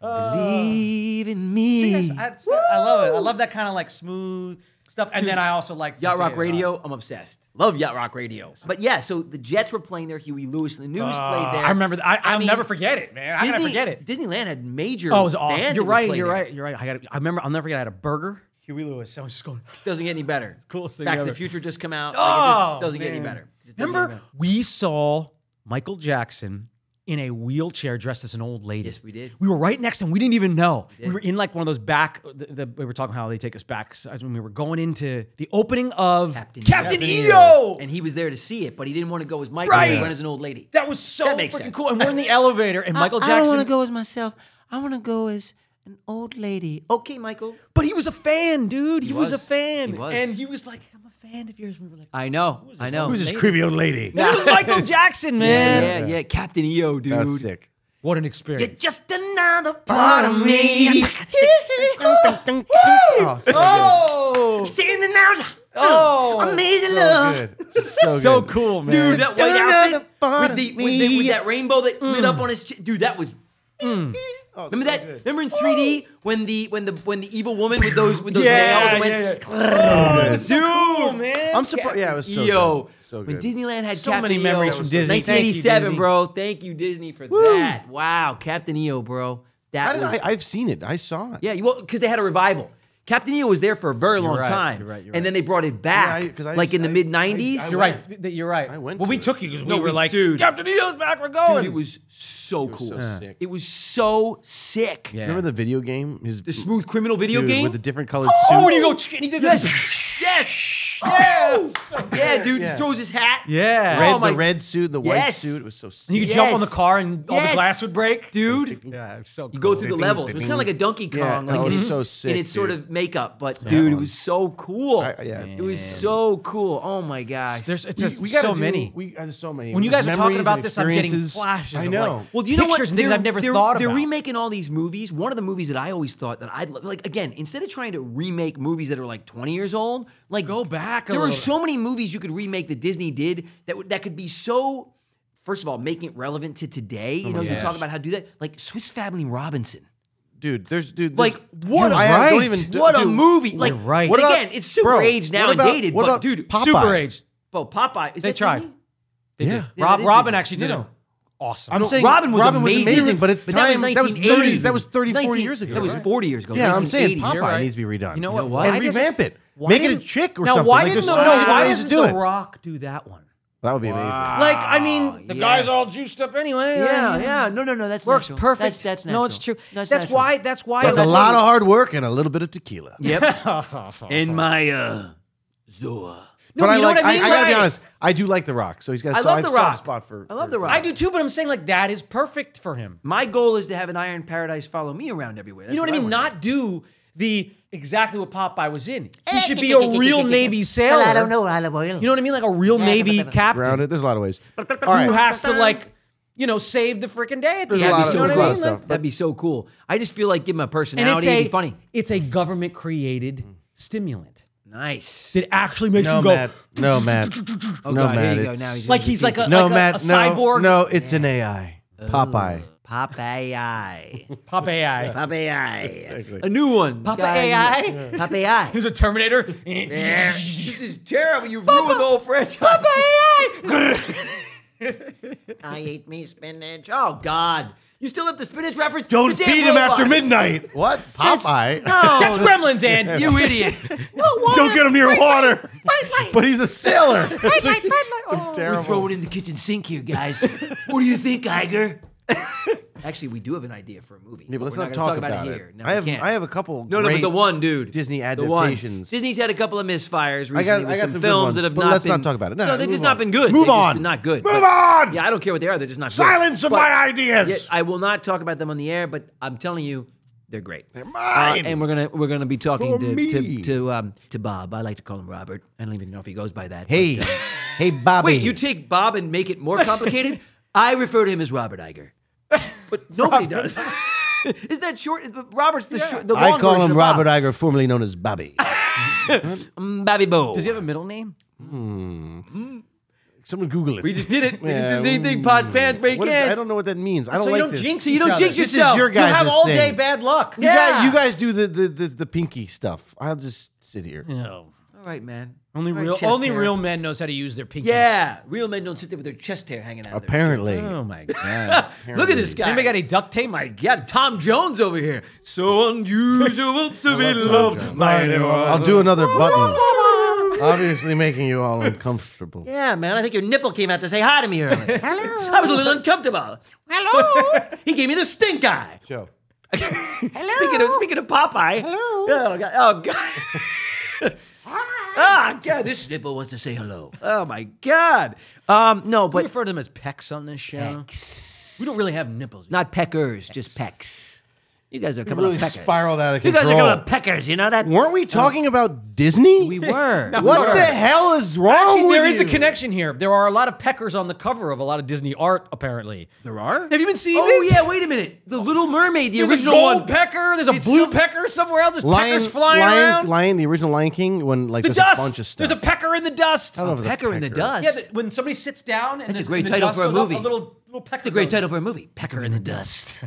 [SPEAKER 1] Believe in me.
[SPEAKER 3] Yes, Oh. that's- that- I love it. I love that kind of like smooth stuff. And then I also like
[SPEAKER 1] Yacht Rock Radio, I'm obsessed. Love Yacht Rock Radio. But yeah, so the Jets were playing there. Huey Lewis and the News played there.
[SPEAKER 3] Uh, Ah. I remember. That. I, I'll
[SPEAKER 1] mean,
[SPEAKER 3] never forget it, man. I gotta forget it.
[SPEAKER 1] Disneyland had major.
[SPEAKER 3] Oh, it was awesome.
[SPEAKER 1] bands
[SPEAKER 3] You're
[SPEAKER 1] that would
[SPEAKER 3] right.
[SPEAKER 1] play
[SPEAKER 3] You're
[SPEAKER 1] there.
[SPEAKER 3] right. You're right. I got. I remember. I'll never forget. I had a burger. Huey Lewis. I was just going.
[SPEAKER 1] Doesn't get any better.
[SPEAKER 3] coolest thing
[SPEAKER 1] Back to
[SPEAKER 3] ever.
[SPEAKER 1] the Future just come out. like, it
[SPEAKER 3] Oh,
[SPEAKER 1] just doesn't get any
[SPEAKER 3] man.
[SPEAKER 1] better. Just doesn't get any
[SPEAKER 3] Remember,
[SPEAKER 1] better.
[SPEAKER 3] we saw Michael Jackson in a wheelchair dressed as an old lady.
[SPEAKER 1] Yes, we did.
[SPEAKER 3] We were right next to him. We didn't even know. We, were in like one of those back. The, the, we were talking how they take us back so as when we were going into the opening of
[SPEAKER 1] Captain E
[SPEAKER 3] Captain, E
[SPEAKER 1] EO.
[SPEAKER 3] EO.
[SPEAKER 1] And he was there to see it, but he didn't want to go as Michael.
[SPEAKER 3] Right.
[SPEAKER 1] He went as an old lady.
[SPEAKER 3] That was so
[SPEAKER 1] That
[SPEAKER 3] freaking
[SPEAKER 1] makes sense.
[SPEAKER 3] cool. And we're in the elevator, and Michael Jackson.
[SPEAKER 1] I don't want to go as myself. I want to go as an old lady. Okay, Michael.
[SPEAKER 3] But he was a fan, dude. He, was.
[SPEAKER 1] was.
[SPEAKER 3] a fan,
[SPEAKER 1] He was.
[SPEAKER 3] and he was like, "I'm a fan of yours." We were like,
[SPEAKER 1] I know. I know.
[SPEAKER 2] Who's this creepy old lady?
[SPEAKER 3] "It was Michael Jackson, man."
[SPEAKER 1] yeah, yeah, Captain EO, dude.
[SPEAKER 2] That's sick.
[SPEAKER 3] What an experience!
[SPEAKER 1] You're just another part of me.
[SPEAKER 2] oh, so
[SPEAKER 3] oh,
[SPEAKER 1] Singing out.
[SPEAKER 3] Oh.
[SPEAKER 1] amazing love.
[SPEAKER 2] good. So good. So,
[SPEAKER 3] so
[SPEAKER 2] good.
[SPEAKER 3] cool, man.
[SPEAKER 1] Dude, that white
[SPEAKER 2] Another
[SPEAKER 1] outfit
[SPEAKER 2] part
[SPEAKER 1] with, the,
[SPEAKER 2] of
[SPEAKER 1] with, the, with
[SPEAKER 2] me.
[SPEAKER 1] that rainbow that lit
[SPEAKER 3] Mm.
[SPEAKER 1] up on his chin. Dude, that was.
[SPEAKER 3] Oh,
[SPEAKER 1] remember that? Remember in 3D when the when the when the evil woman with those with those
[SPEAKER 3] Yeah,
[SPEAKER 1] nails went.
[SPEAKER 3] yeah, Oh, it was so cool, man.
[SPEAKER 2] I'm surprised. Yeah, it was so
[SPEAKER 1] Yo,
[SPEAKER 2] good. So
[SPEAKER 1] when
[SPEAKER 2] good.
[SPEAKER 1] Disneyland had
[SPEAKER 3] So
[SPEAKER 1] Captain E
[SPEAKER 3] many memories
[SPEAKER 1] EO,
[SPEAKER 3] from Disney. Thank you,
[SPEAKER 1] 1987,
[SPEAKER 3] Disney.
[SPEAKER 1] bro. Thank you, Disney, for that. Wow, Captain EO, bro.
[SPEAKER 2] How
[SPEAKER 1] That
[SPEAKER 2] did
[SPEAKER 1] was
[SPEAKER 2] I, I've seen it. I saw it.
[SPEAKER 1] yeah. You, well, because they had a revival. Captain EO was there for a very long
[SPEAKER 3] right,
[SPEAKER 1] time,
[SPEAKER 3] you're right, you're
[SPEAKER 1] and then they brought it back,
[SPEAKER 2] Yeah, I- 'cause I
[SPEAKER 1] like
[SPEAKER 2] just-
[SPEAKER 1] in the
[SPEAKER 2] I-
[SPEAKER 1] mid '90s.
[SPEAKER 2] I- I
[SPEAKER 3] You're right. That You're right.
[SPEAKER 2] I went
[SPEAKER 3] Well,
[SPEAKER 2] to
[SPEAKER 3] we
[SPEAKER 2] it.
[SPEAKER 3] took you because we
[SPEAKER 1] No,
[SPEAKER 3] were
[SPEAKER 1] we-
[SPEAKER 3] like,
[SPEAKER 1] dude.
[SPEAKER 3] Captain EO's back. We're going.
[SPEAKER 1] Dude, it was so cool.
[SPEAKER 2] so sick.
[SPEAKER 1] It was so sick.
[SPEAKER 2] Remember the video game? His
[SPEAKER 1] The smooth criminal video
[SPEAKER 2] dude,
[SPEAKER 1] game.
[SPEAKER 2] with the different colored
[SPEAKER 3] oh,
[SPEAKER 2] suits.
[SPEAKER 3] and you go, and he did this.
[SPEAKER 1] yes.
[SPEAKER 2] Oh,
[SPEAKER 1] Yeah, yeah dude. He throws his hat. Red-
[SPEAKER 3] Yeah.
[SPEAKER 2] Red,
[SPEAKER 1] Oh my-
[SPEAKER 2] the red suit, the white
[SPEAKER 1] Yes.
[SPEAKER 2] suit. It was so.
[SPEAKER 3] You
[SPEAKER 2] stupid.
[SPEAKER 3] could jump on the
[SPEAKER 1] Yes.
[SPEAKER 3] car and all the
[SPEAKER 1] Yes.
[SPEAKER 3] glass would break.
[SPEAKER 1] Dude.
[SPEAKER 3] Yeah, it's so
[SPEAKER 1] You go through the levels. It was kind of like a Donkey Kong,
[SPEAKER 2] Yeah,
[SPEAKER 1] like
[SPEAKER 2] that
[SPEAKER 1] in
[SPEAKER 2] was
[SPEAKER 1] its,
[SPEAKER 2] so
[SPEAKER 1] in
[SPEAKER 2] sick,
[SPEAKER 1] its sort
[SPEAKER 2] dude.
[SPEAKER 1] of makeup. But dude, it was so cool.
[SPEAKER 2] I- yeah.
[SPEAKER 1] it was so cool. Oh my gosh.
[SPEAKER 3] There's it's
[SPEAKER 2] We-
[SPEAKER 3] just
[SPEAKER 2] we gotta
[SPEAKER 3] so
[SPEAKER 2] do-
[SPEAKER 3] many.
[SPEAKER 2] We uh, there's so many.
[SPEAKER 3] When you guys are
[SPEAKER 2] Memories
[SPEAKER 3] talking
[SPEAKER 2] and
[SPEAKER 3] about this, I'm getting
[SPEAKER 2] experiences.
[SPEAKER 3] flashes.
[SPEAKER 2] I know.
[SPEAKER 3] Of like,
[SPEAKER 2] well,
[SPEAKER 1] Well, do you know what?
[SPEAKER 3] pictures and things I've never
[SPEAKER 1] they're,
[SPEAKER 3] thought
[SPEAKER 1] They're
[SPEAKER 3] about.
[SPEAKER 1] remaking all these movies. One of the movies that I always thought that I'd lo- like again, instead of trying to remake movies that are like 20 years old, like go
[SPEAKER 3] back a
[SPEAKER 1] There are
[SPEAKER 3] little
[SPEAKER 1] so many movies you could remake that Disney did that would that could be so first of all, making it relevant to today.
[SPEAKER 3] Oh
[SPEAKER 1] You know, you talk about how to do that. Like Swiss Family Robinson.
[SPEAKER 2] dude, there's dude.
[SPEAKER 1] Like what a
[SPEAKER 2] I- I don't even-
[SPEAKER 1] what a
[SPEAKER 2] dude,
[SPEAKER 1] movie! Like
[SPEAKER 3] right.
[SPEAKER 1] What
[SPEAKER 3] What
[SPEAKER 1] again? It's super
[SPEAKER 2] bro,
[SPEAKER 1] aged now
[SPEAKER 2] what
[SPEAKER 1] and
[SPEAKER 2] about-
[SPEAKER 1] dated,
[SPEAKER 2] what
[SPEAKER 1] but
[SPEAKER 2] about
[SPEAKER 1] dude,
[SPEAKER 2] Popeye?
[SPEAKER 3] super age.
[SPEAKER 1] Bo Popeye. Is
[SPEAKER 3] They
[SPEAKER 1] that
[SPEAKER 3] tried.
[SPEAKER 1] Disney?
[SPEAKER 3] They
[SPEAKER 2] Yeah.
[SPEAKER 3] did.
[SPEAKER 2] Yeah,
[SPEAKER 3] Rob,
[SPEAKER 1] that is
[SPEAKER 3] Robin
[SPEAKER 1] Disney.
[SPEAKER 3] actually did it. Awesome.
[SPEAKER 2] I'm saying
[SPEAKER 1] Robin was
[SPEAKER 2] Robin
[SPEAKER 1] amazing,
[SPEAKER 2] but it's
[SPEAKER 1] that was
[SPEAKER 2] time. That was
[SPEAKER 1] 1980.
[SPEAKER 2] 30s. That was 30, 40
[SPEAKER 1] 19
[SPEAKER 2] years ago.
[SPEAKER 1] That was
[SPEAKER 2] right?
[SPEAKER 1] 40 years ago.
[SPEAKER 2] Yeah, I'm saying
[SPEAKER 1] 1980.
[SPEAKER 2] Popeye
[SPEAKER 3] You're right.
[SPEAKER 2] needs to be redone.
[SPEAKER 3] You know what?
[SPEAKER 1] You know what?
[SPEAKER 2] And
[SPEAKER 1] I guess-
[SPEAKER 2] revamp it.
[SPEAKER 3] Why
[SPEAKER 2] Make it a
[SPEAKER 3] didn't-
[SPEAKER 2] chick or
[SPEAKER 3] now,
[SPEAKER 2] something.
[SPEAKER 3] Why
[SPEAKER 2] Like,
[SPEAKER 3] didn't
[SPEAKER 2] there's
[SPEAKER 3] the,
[SPEAKER 2] so
[SPEAKER 3] no,
[SPEAKER 2] many
[SPEAKER 3] why
[SPEAKER 2] ways
[SPEAKER 3] didn't
[SPEAKER 2] to do
[SPEAKER 3] The
[SPEAKER 2] it.
[SPEAKER 3] Rock do that one?
[SPEAKER 2] That would be amazing.
[SPEAKER 3] Like, I mean, the
[SPEAKER 1] yeah.
[SPEAKER 3] guy's all juiced up anyway.
[SPEAKER 1] Yeah, yeah. No, no, no. That's
[SPEAKER 3] Works
[SPEAKER 1] natural.
[SPEAKER 3] perfect.
[SPEAKER 1] That's, that's natural.
[SPEAKER 3] No, it's true. That's,
[SPEAKER 1] natural.
[SPEAKER 3] why. That's why.
[SPEAKER 2] That's a lot of hard work and a little bit of tequila.
[SPEAKER 1] Yep. In my uh, Zoa.
[SPEAKER 2] but I
[SPEAKER 3] you know
[SPEAKER 2] like.
[SPEAKER 3] what I mean?
[SPEAKER 2] I, gotta be
[SPEAKER 3] Right.
[SPEAKER 2] honest. I do like The Rock. So he's got.
[SPEAKER 1] I
[SPEAKER 2] so
[SPEAKER 1] love
[SPEAKER 2] I've
[SPEAKER 1] The
[SPEAKER 2] still have a
[SPEAKER 1] Rock.
[SPEAKER 2] spot for.
[SPEAKER 1] I love
[SPEAKER 2] for-
[SPEAKER 1] The Rock.
[SPEAKER 3] I do too, but I'm saying like that is perfect for him.
[SPEAKER 1] My goal is to have an Iron Paradise follow me around everywhere. That's
[SPEAKER 3] you know what I mean?
[SPEAKER 1] want.
[SPEAKER 3] Not do the exactly what Popeye was in.
[SPEAKER 1] Eh,
[SPEAKER 3] He should be a real Navy sailor.
[SPEAKER 5] I don't know. I love oil.
[SPEAKER 3] You know what I mean? Like a real Navy captain
[SPEAKER 2] Grounded. There's a lot of ways. All
[SPEAKER 3] who
[SPEAKER 2] right.
[SPEAKER 3] has to like, you know, save the freaking day at the
[SPEAKER 2] There's a
[SPEAKER 3] end.
[SPEAKER 2] lot
[SPEAKER 3] you
[SPEAKER 2] of-
[SPEAKER 3] know what
[SPEAKER 2] there's
[SPEAKER 3] I
[SPEAKER 2] a lot of
[SPEAKER 3] mean? Like-
[SPEAKER 2] stuff.
[SPEAKER 1] That'd be so cool. I just feel like give him a
[SPEAKER 3] and it's
[SPEAKER 1] personality. It'd
[SPEAKER 3] a
[SPEAKER 1] be funny.
[SPEAKER 3] It's a government created stimulant
[SPEAKER 1] Nice.
[SPEAKER 3] that actually makes
[SPEAKER 2] No,
[SPEAKER 3] him go.
[SPEAKER 2] Matt. No, Matt.
[SPEAKER 1] Oh,
[SPEAKER 2] No,
[SPEAKER 1] God,
[SPEAKER 2] Matt.
[SPEAKER 1] Here you go.
[SPEAKER 2] it's-
[SPEAKER 1] Now he's
[SPEAKER 3] Like he's like a,
[SPEAKER 2] No,
[SPEAKER 3] like a-
[SPEAKER 2] Matt.
[SPEAKER 3] a cyborg.
[SPEAKER 2] No, no, it's an AI.
[SPEAKER 1] Popeye.
[SPEAKER 2] Popeye.
[SPEAKER 3] Pop AI.
[SPEAKER 1] Popeye. A new one.
[SPEAKER 3] Papa
[SPEAKER 1] Guy-
[SPEAKER 3] AI?
[SPEAKER 1] Popeye.
[SPEAKER 3] Who's a Terminator?
[SPEAKER 1] this is terrible. You ruined the whole franchise.
[SPEAKER 5] I ate me spinach.
[SPEAKER 1] Oh God! You still have the spinach reference?
[SPEAKER 2] Don't
[SPEAKER 1] It's a damn
[SPEAKER 2] feed him after
[SPEAKER 1] robot.
[SPEAKER 2] midnight. What? Popeye?
[SPEAKER 1] No,
[SPEAKER 3] That's Gremlins, and
[SPEAKER 1] you idiot. Oh,
[SPEAKER 2] Don't get him near water. But he's a sailor. It's like
[SPEAKER 6] Oh,
[SPEAKER 1] We're
[SPEAKER 2] terrible.
[SPEAKER 1] throwing in the kitchen sink here, guys. what do you think, Iger? Actually, we do have an idea for a movie.
[SPEAKER 2] Yeah, but let's
[SPEAKER 1] we're
[SPEAKER 2] not
[SPEAKER 1] gonna
[SPEAKER 2] talk about
[SPEAKER 1] here.
[SPEAKER 2] it.
[SPEAKER 1] No,
[SPEAKER 2] I
[SPEAKER 1] we
[SPEAKER 2] have
[SPEAKER 1] can't.
[SPEAKER 2] I have a couple.
[SPEAKER 1] No, no, but
[SPEAKER 2] great-
[SPEAKER 1] the one, dude.
[SPEAKER 2] Disney
[SPEAKER 1] The one.
[SPEAKER 2] adaptations.
[SPEAKER 1] Disney's had a couple of misfires recently
[SPEAKER 2] I got,
[SPEAKER 1] with
[SPEAKER 2] I got
[SPEAKER 1] some,
[SPEAKER 2] some good
[SPEAKER 1] films
[SPEAKER 2] ones,
[SPEAKER 1] that have
[SPEAKER 2] but
[SPEAKER 1] not
[SPEAKER 2] let's
[SPEAKER 1] been.
[SPEAKER 2] not talk about it. No,
[SPEAKER 1] they've
[SPEAKER 2] move
[SPEAKER 1] just not
[SPEAKER 2] on.
[SPEAKER 1] been good.
[SPEAKER 2] Move
[SPEAKER 1] They've just
[SPEAKER 2] on.
[SPEAKER 1] been not good.
[SPEAKER 2] Move
[SPEAKER 1] But-
[SPEAKER 2] on.
[SPEAKER 1] Yeah, I don't care what they are. They're just not good.
[SPEAKER 2] Silence of
[SPEAKER 1] But-
[SPEAKER 2] my ideas.
[SPEAKER 1] Yeah, I will not talk about them on the air, but I'm telling you, they're great. They're
[SPEAKER 2] mine.
[SPEAKER 1] and we're gonna we're gonna be talking
[SPEAKER 2] For
[SPEAKER 1] to, to
[SPEAKER 2] me.
[SPEAKER 1] to um to Bob. I like to call him Robert. I don't even know if he goes by that. uh,
[SPEAKER 4] Hey, hey, Bobby.
[SPEAKER 1] Wait, you take Bob and make it more complicated? I refer to him as Robert Iger. But nobody does. Is that short? Robert's the short, the long
[SPEAKER 2] I call
[SPEAKER 1] version
[SPEAKER 2] him
[SPEAKER 1] of
[SPEAKER 2] Robert
[SPEAKER 1] Bob.
[SPEAKER 2] Iger, formerly known as Bobby.
[SPEAKER 1] Mm, Bobby Bo.
[SPEAKER 3] Does he have a middle name?
[SPEAKER 2] Someone Google it.
[SPEAKER 1] we just did it. We
[SPEAKER 2] Yeah,
[SPEAKER 1] just did the same thing. Pod fans break
[SPEAKER 2] What is-
[SPEAKER 1] hands.
[SPEAKER 2] I don't know what that means. I don't
[SPEAKER 3] so
[SPEAKER 2] like
[SPEAKER 3] you don't
[SPEAKER 2] this.
[SPEAKER 3] jinx
[SPEAKER 1] So you don't
[SPEAKER 3] each other.
[SPEAKER 1] jinx
[SPEAKER 2] This is
[SPEAKER 1] yourself.
[SPEAKER 2] your
[SPEAKER 1] You
[SPEAKER 3] You
[SPEAKER 2] guys'
[SPEAKER 3] have all
[SPEAKER 2] thing.
[SPEAKER 3] day bad luck.
[SPEAKER 2] You, guys,
[SPEAKER 1] Yeah.
[SPEAKER 2] you guys do the, the, the, the pinky stuff. I'll just sit here.
[SPEAKER 1] All right, man.
[SPEAKER 3] Only
[SPEAKER 1] All right,
[SPEAKER 3] real,
[SPEAKER 1] chest
[SPEAKER 3] only
[SPEAKER 1] hair.
[SPEAKER 3] real men knows how to use their pinkies.
[SPEAKER 1] Yeah, real men don't sit there with their chest hair hanging out. of their
[SPEAKER 2] Apparently.
[SPEAKER 3] Oh my god.
[SPEAKER 1] chest. Look at this guy.
[SPEAKER 3] Does anybody got any duct tape? My
[SPEAKER 1] Yeah, Tom Jones over here. So unusual to be loved by anyone.
[SPEAKER 2] I'll do another button. Obviously making you all uncomfortable.
[SPEAKER 1] Yeah, man, I think your nipple came out to say hi to me earlier. Hello. I was a little uncomfortable. Hello. he gave me the stink eye.
[SPEAKER 2] Joe.
[SPEAKER 1] Hello. Speaking of speaking of Popeye. Hello. Oh god. Oh god. ah, god, this nipple wants to say hello. Oh my god. Um, no,
[SPEAKER 3] we
[SPEAKER 1] but
[SPEAKER 3] refer to them as pecs on this show.
[SPEAKER 1] pecs.
[SPEAKER 3] We don't really have nipples.
[SPEAKER 1] Not peckers, just pecks. You guys are coming
[SPEAKER 2] Really
[SPEAKER 1] up peckers.
[SPEAKER 2] spiraled out of
[SPEAKER 1] you guys
[SPEAKER 2] control.
[SPEAKER 1] are coming up peckers. You know that?
[SPEAKER 2] Weren't we talking about Disney?
[SPEAKER 1] We were.
[SPEAKER 2] What the hell is wrong
[SPEAKER 3] Actually,
[SPEAKER 2] with
[SPEAKER 3] there is a
[SPEAKER 2] you?
[SPEAKER 3] connection here. There are a lot of peckers on the cover of a lot of Disney art, apparently.
[SPEAKER 1] There are.
[SPEAKER 3] Have you been seeing
[SPEAKER 1] Oh
[SPEAKER 3] this?
[SPEAKER 1] yeah, wait a minute. The Little Mermaid, the
[SPEAKER 3] There's a
[SPEAKER 1] original
[SPEAKER 3] gold
[SPEAKER 1] one.
[SPEAKER 3] pecker. There's a
[SPEAKER 1] It's
[SPEAKER 3] blue
[SPEAKER 1] some-
[SPEAKER 3] pecker somewhere else. There's
[SPEAKER 2] Lion,
[SPEAKER 3] peckers flying
[SPEAKER 2] Lion,
[SPEAKER 3] around.
[SPEAKER 2] Lion, the original Lion King, when like
[SPEAKER 3] the
[SPEAKER 2] there's
[SPEAKER 3] dust.
[SPEAKER 2] a bunch of stuff.
[SPEAKER 3] There's a pecker in the dust.
[SPEAKER 2] don't know if it's a
[SPEAKER 1] Pecker in the
[SPEAKER 2] pecker.
[SPEAKER 1] dust.
[SPEAKER 3] yeah, that- when somebody sits down and
[SPEAKER 1] That's a
[SPEAKER 3] the-
[SPEAKER 1] great
[SPEAKER 3] and the
[SPEAKER 1] title
[SPEAKER 3] dust
[SPEAKER 1] for a
[SPEAKER 3] goes up,
[SPEAKER 1] movie.
[SPEAKER 3] a little, little pecker.
[SPEAKER 1] It's a great
[SPEAKER 3] goes-
[SPEAKER 1] title for a movie. Pecker in the dust.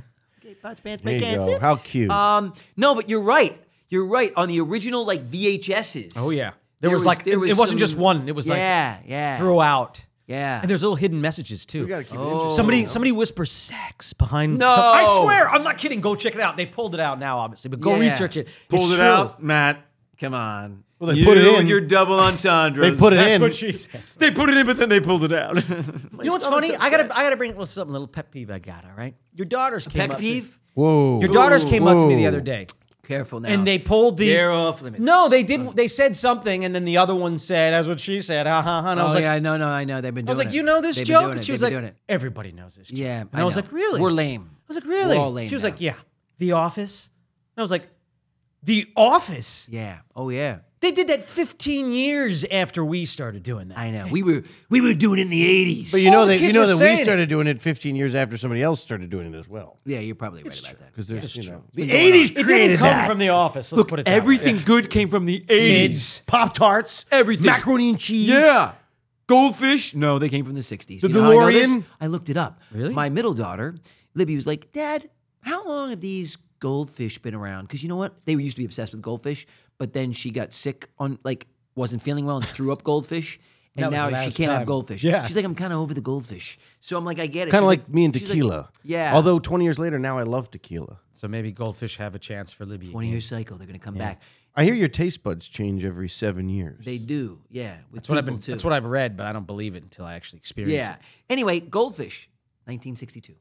[SPEAKER 2] There you go. How cute.
[SPEAKER 1] Um, no, but you're right. You're right. On the original like VHSs.
[SPEAKER 3] Oh yeah. There, was, like it, wasn't just one. It was like
[SPEAKER 1] yeah, yeah,
[SPEAKER 3] throughout.
[SPEAKER 1] yeah.
[SPEAKER 3] And there's little hidden messages too.
[SPEAKER 2] gotta keep it
[SPEAKER 4] Oh.
[SPEAKER 2] interesting,
[SPEAKER 3] Somebody
[SPEAKER 2] you know?
[SPEAKER 3] somebody whispers sex behind.
[SPEAKER 1] No.
[SPEAKER 3] some- I swear, I'm not kidding. Go check it out. They pulled it out now, obviously, but go
[SPEAKER 1] Yeah.
[SPEAKER 3] research it.
[SPEAKER 1] Pulled
[SPEAKER 3] It's
[SPEAKER 1] it
[SPEAKER 3] true.
[SPEAKER 1] out, Matt. Come on.
[SPEAKER 2] Well, they put it in.
[SPEAKER 1] Your double entendres.
[SPEAKER 2] They put it
[SPEAKER 3] That's
[SPEAKER 2] in.
[SPEAKER 3] what she said.
[SPEAKER 1] They put it in, but then they pulled it out.
[SPEAKER 3] You know what's funny? I gotta I gotta bring well, something a little pet peeve I got. All right, your daughters came
[SPEAKER 1] Peck
[SPEAKER 3] up to-
[SPEAKER 1] peeve.
[SPEAKER 2] Whoa.
[SPEAKER 3] your daughters came up to me the
[SPEAKER 2] Whoa.
[SPEAKER 3] other day.
[SPEAKER 1] Careful now.
[SPEAKER 3] and they pulled the.
[SPEAKER 4] They're off limits.
[SPEAKER 3] No, they did. They said something, and then the other one said, "That's what she said." Ha ha ha. And I
[SPEAKER 4] Oh
[SPEAKER 3] was like,
[SPEAKER 4] yeah, I know, no, I know. They've been
[SPEAKER 3] I
[SPEAKER 4] doing.
[SPEAKER 3] was
[SPEAKER 4] it.
[SPEAKER 3] like, "You know this
[SPEAKER 4] They've been
[SPEAKER 3] joke?"
[SPEAKER 4] doing
[SPEAKER 3] And
[SPEAKER 4] it.
[SPEAKER 3] she
[SPEAKER 4] They've
[SPEAKER 3] was
[SPEAKER 4] been
[SPEAKER 3] like,
[SPEAKER 4] doing it.
[SPEAKER 3] "Everybody knows this." Joke.
[SPEAKER 4] Yeah,
[SPEAKER 3] and
[SPEAKER 4] I
[SPEAKER 3] I, was
[SPEAKER 4] know.
[SPEAKER 3] like, "Really?"
[SPEAKER 4] We're lame.
[SPEAKER 3] I was like, "Really?"
[SPEAKER 4] We're all lame
[SPEAKER 3] she was
[SPEAKER 4] now.
[SPEAKER 3] like, "Yeah, The Office." And I was like, "The Office."
[SPEAKER 4] Yeah. Oh yeah.
[SPEAKER 3] They did that 15 years after we started doing that.
[SPEAKER 4] I know.
[SPEAKER 1] we were we were doing it in the '80s.
[SPEAKER 2] But you know
[SPEAKER 3] All the
[SPEAKER 2] that you
[SPEAKER 3] kids
[SPEAKER 2] know
[SPEAKER 3] were
[SPEAKER 2] that
[SPEAKER 3] saying
[SPEAKER 2] we
[SPEAKER 3] it.
[SPEAKER 2] started doing it 15 years after somebody else started doing it as well.
[SPEAKER 4] yeah, you're probably right about that.
[SPEAKER 2] Because there's you know
[SPEAKER 1] the '80s
[SPEAKER 3] It
[SPEAKER 1] created
[SPEAKER 3] didn't come
[SPEAKER 1] that.
[SPEAKER 3] from The Office. Let's
[SPEAKER 1] Look,
[SPEAKER 3] put it that way.
[SPEAKER 1] everything good came from the '80s.
[SPEAKER 2] Pop Tarts,
[SPEAKER 1] Everything.
[SPEAKER 2] macaroni and cheese.
[SPEAKER 1] Yeah. Goldfish? No, they came from the 60s.
[SPEAKER 2] The
[SPEAKER 1] You know how I know
[SPEAKER 2] DeLorean?
[SPEAKER 1] this? I looked it up. Really? My middle daughter, Libby, was like, Dad, how long have these goldfish been around? Because you know what? They used to be obsessed with goldfish, but then she got sick on, like, wasn't feeling well and threw up goldfish. And
[SPEAKER 3] That was
[SPEAKER 1] now
[SPEAKER 3] the
[SPEAKER 1] she
[SPEAKER 3] last
[SPEAKER 1] can't have
[SPEAKER 3] time.
[SPEAKER 1] goldfish.
[SPEAKER 3] Yeah.
[SPEAKER 1] She's like, I'm kind of over the goldfish. So I'm like, I get it. She's
[SPEAKER 2] Kind of like me and
[SPEAKER 1] she's like,
[SPEAKER 2] tequila.
[SPEAKER 1] yeah.
[SPEAKER 2] Although 20 years later, now I love tequila.
[SPEAKER 3] So maybe goldfish have a chance for Libya.
[SPEAKER 1] 20 year cycle, they're going to come back.
[SPEAKER 2] I hear your taste buds change every seven years.
[SPEAKER 1] They do. Yeah. With
[SPEAKER 3] That's what I've
[SPEAKER 1] people,
[SPEAKER 3] been.
[SPEAKER 1] Too.
[SPEAKER 3] That's what I've read, but I don't believe it until I actually experience
[SPEAKER 1] Yeah.
[SPEAKER 3] it.
[SPEAKER 1] Anyway, goldfish, 1962.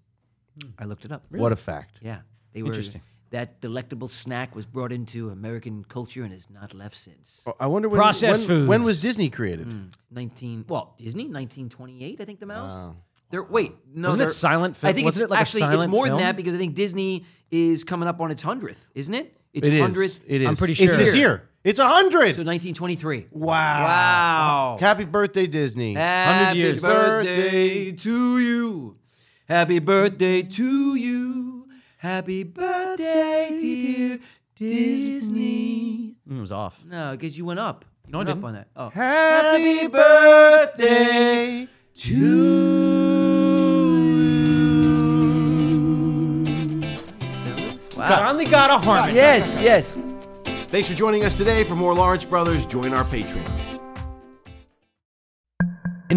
[SPEAKER 3] Hmm.
[SPEAKER 1] I looked it up.
[SPEAKER 2] What a fact.
[SPEAKER 1] Yeah, they were.
[SPEAKER 3] Interesting.
[SPEAKER 1] That delectable snack was brought into American culture and has not left since.
[SPEAKER 2] I wonder when,
[SPEAKER 3] Processed
[SPEAKER 2] when, when
[SPEAKER 3] foods. Mm.
[SPEAKER 2] was Disney created?
[SPEAKER 1] Nineteen, well, Disney, nineteen twenty-eight, I think the mouse. There, wait, no,
[SPEAKER 3] Wasn't it
[SPEAKER 1] there-
[SPEAKER 3] silent film?
[SPEAKER 1] I think
[SPEAKER 3] Wasn't
[SPEAKER 1] it's,
[SPEAKER 3] it like a
[SPEAKER 1] actually it's
[SPEAKER 3] silent
[SPEAKER 1] more
[SPEAKER 3] film?
[SPEAKER 1] than that because I think Disney is coming up on its hundredth, isn't it? It's
[SPEAKER 2] It is.
[SPEAKER 1] hundredth.
[SPEAKER 2] It is.
[SPEAKER 3] I'm pretty
[SPEAKER 2] It's
[SPEAKER 3] sure.
[SPEAKER 2] this year. It's a 100.
[SPEAKER 1] So nineteen twenty-three.
[SPEAKER 2] wow.
[SPEAKER 1] Wow.
[SPEAKER 2] Happy birthday, Disney.
[SPEAKER 1] Happy
[SPEAKER 3] years.
[SPEAKER 1] birthday to you. Happy birthday to you. Happy birthday, dear Disney.
[SPEAKER 3] Mm, It was off.
[SPEAKER 1] No, because you went up. You
[SPEAKER 3] No, I
[SPEAKER 1] went up
[SPEAKER 3] didn't.
[SPEAKER 1] on that. Oh.
[SPEAKER 2] Happy birthday to
[SPEAKER 3] Finally got a harmony.
[SPEAKER 1] Yes, yes.
[SPEAKER 2] Thanks for joining us today. For more Lawrence Brothers, join our Patreon.
[SPEAKER 7] In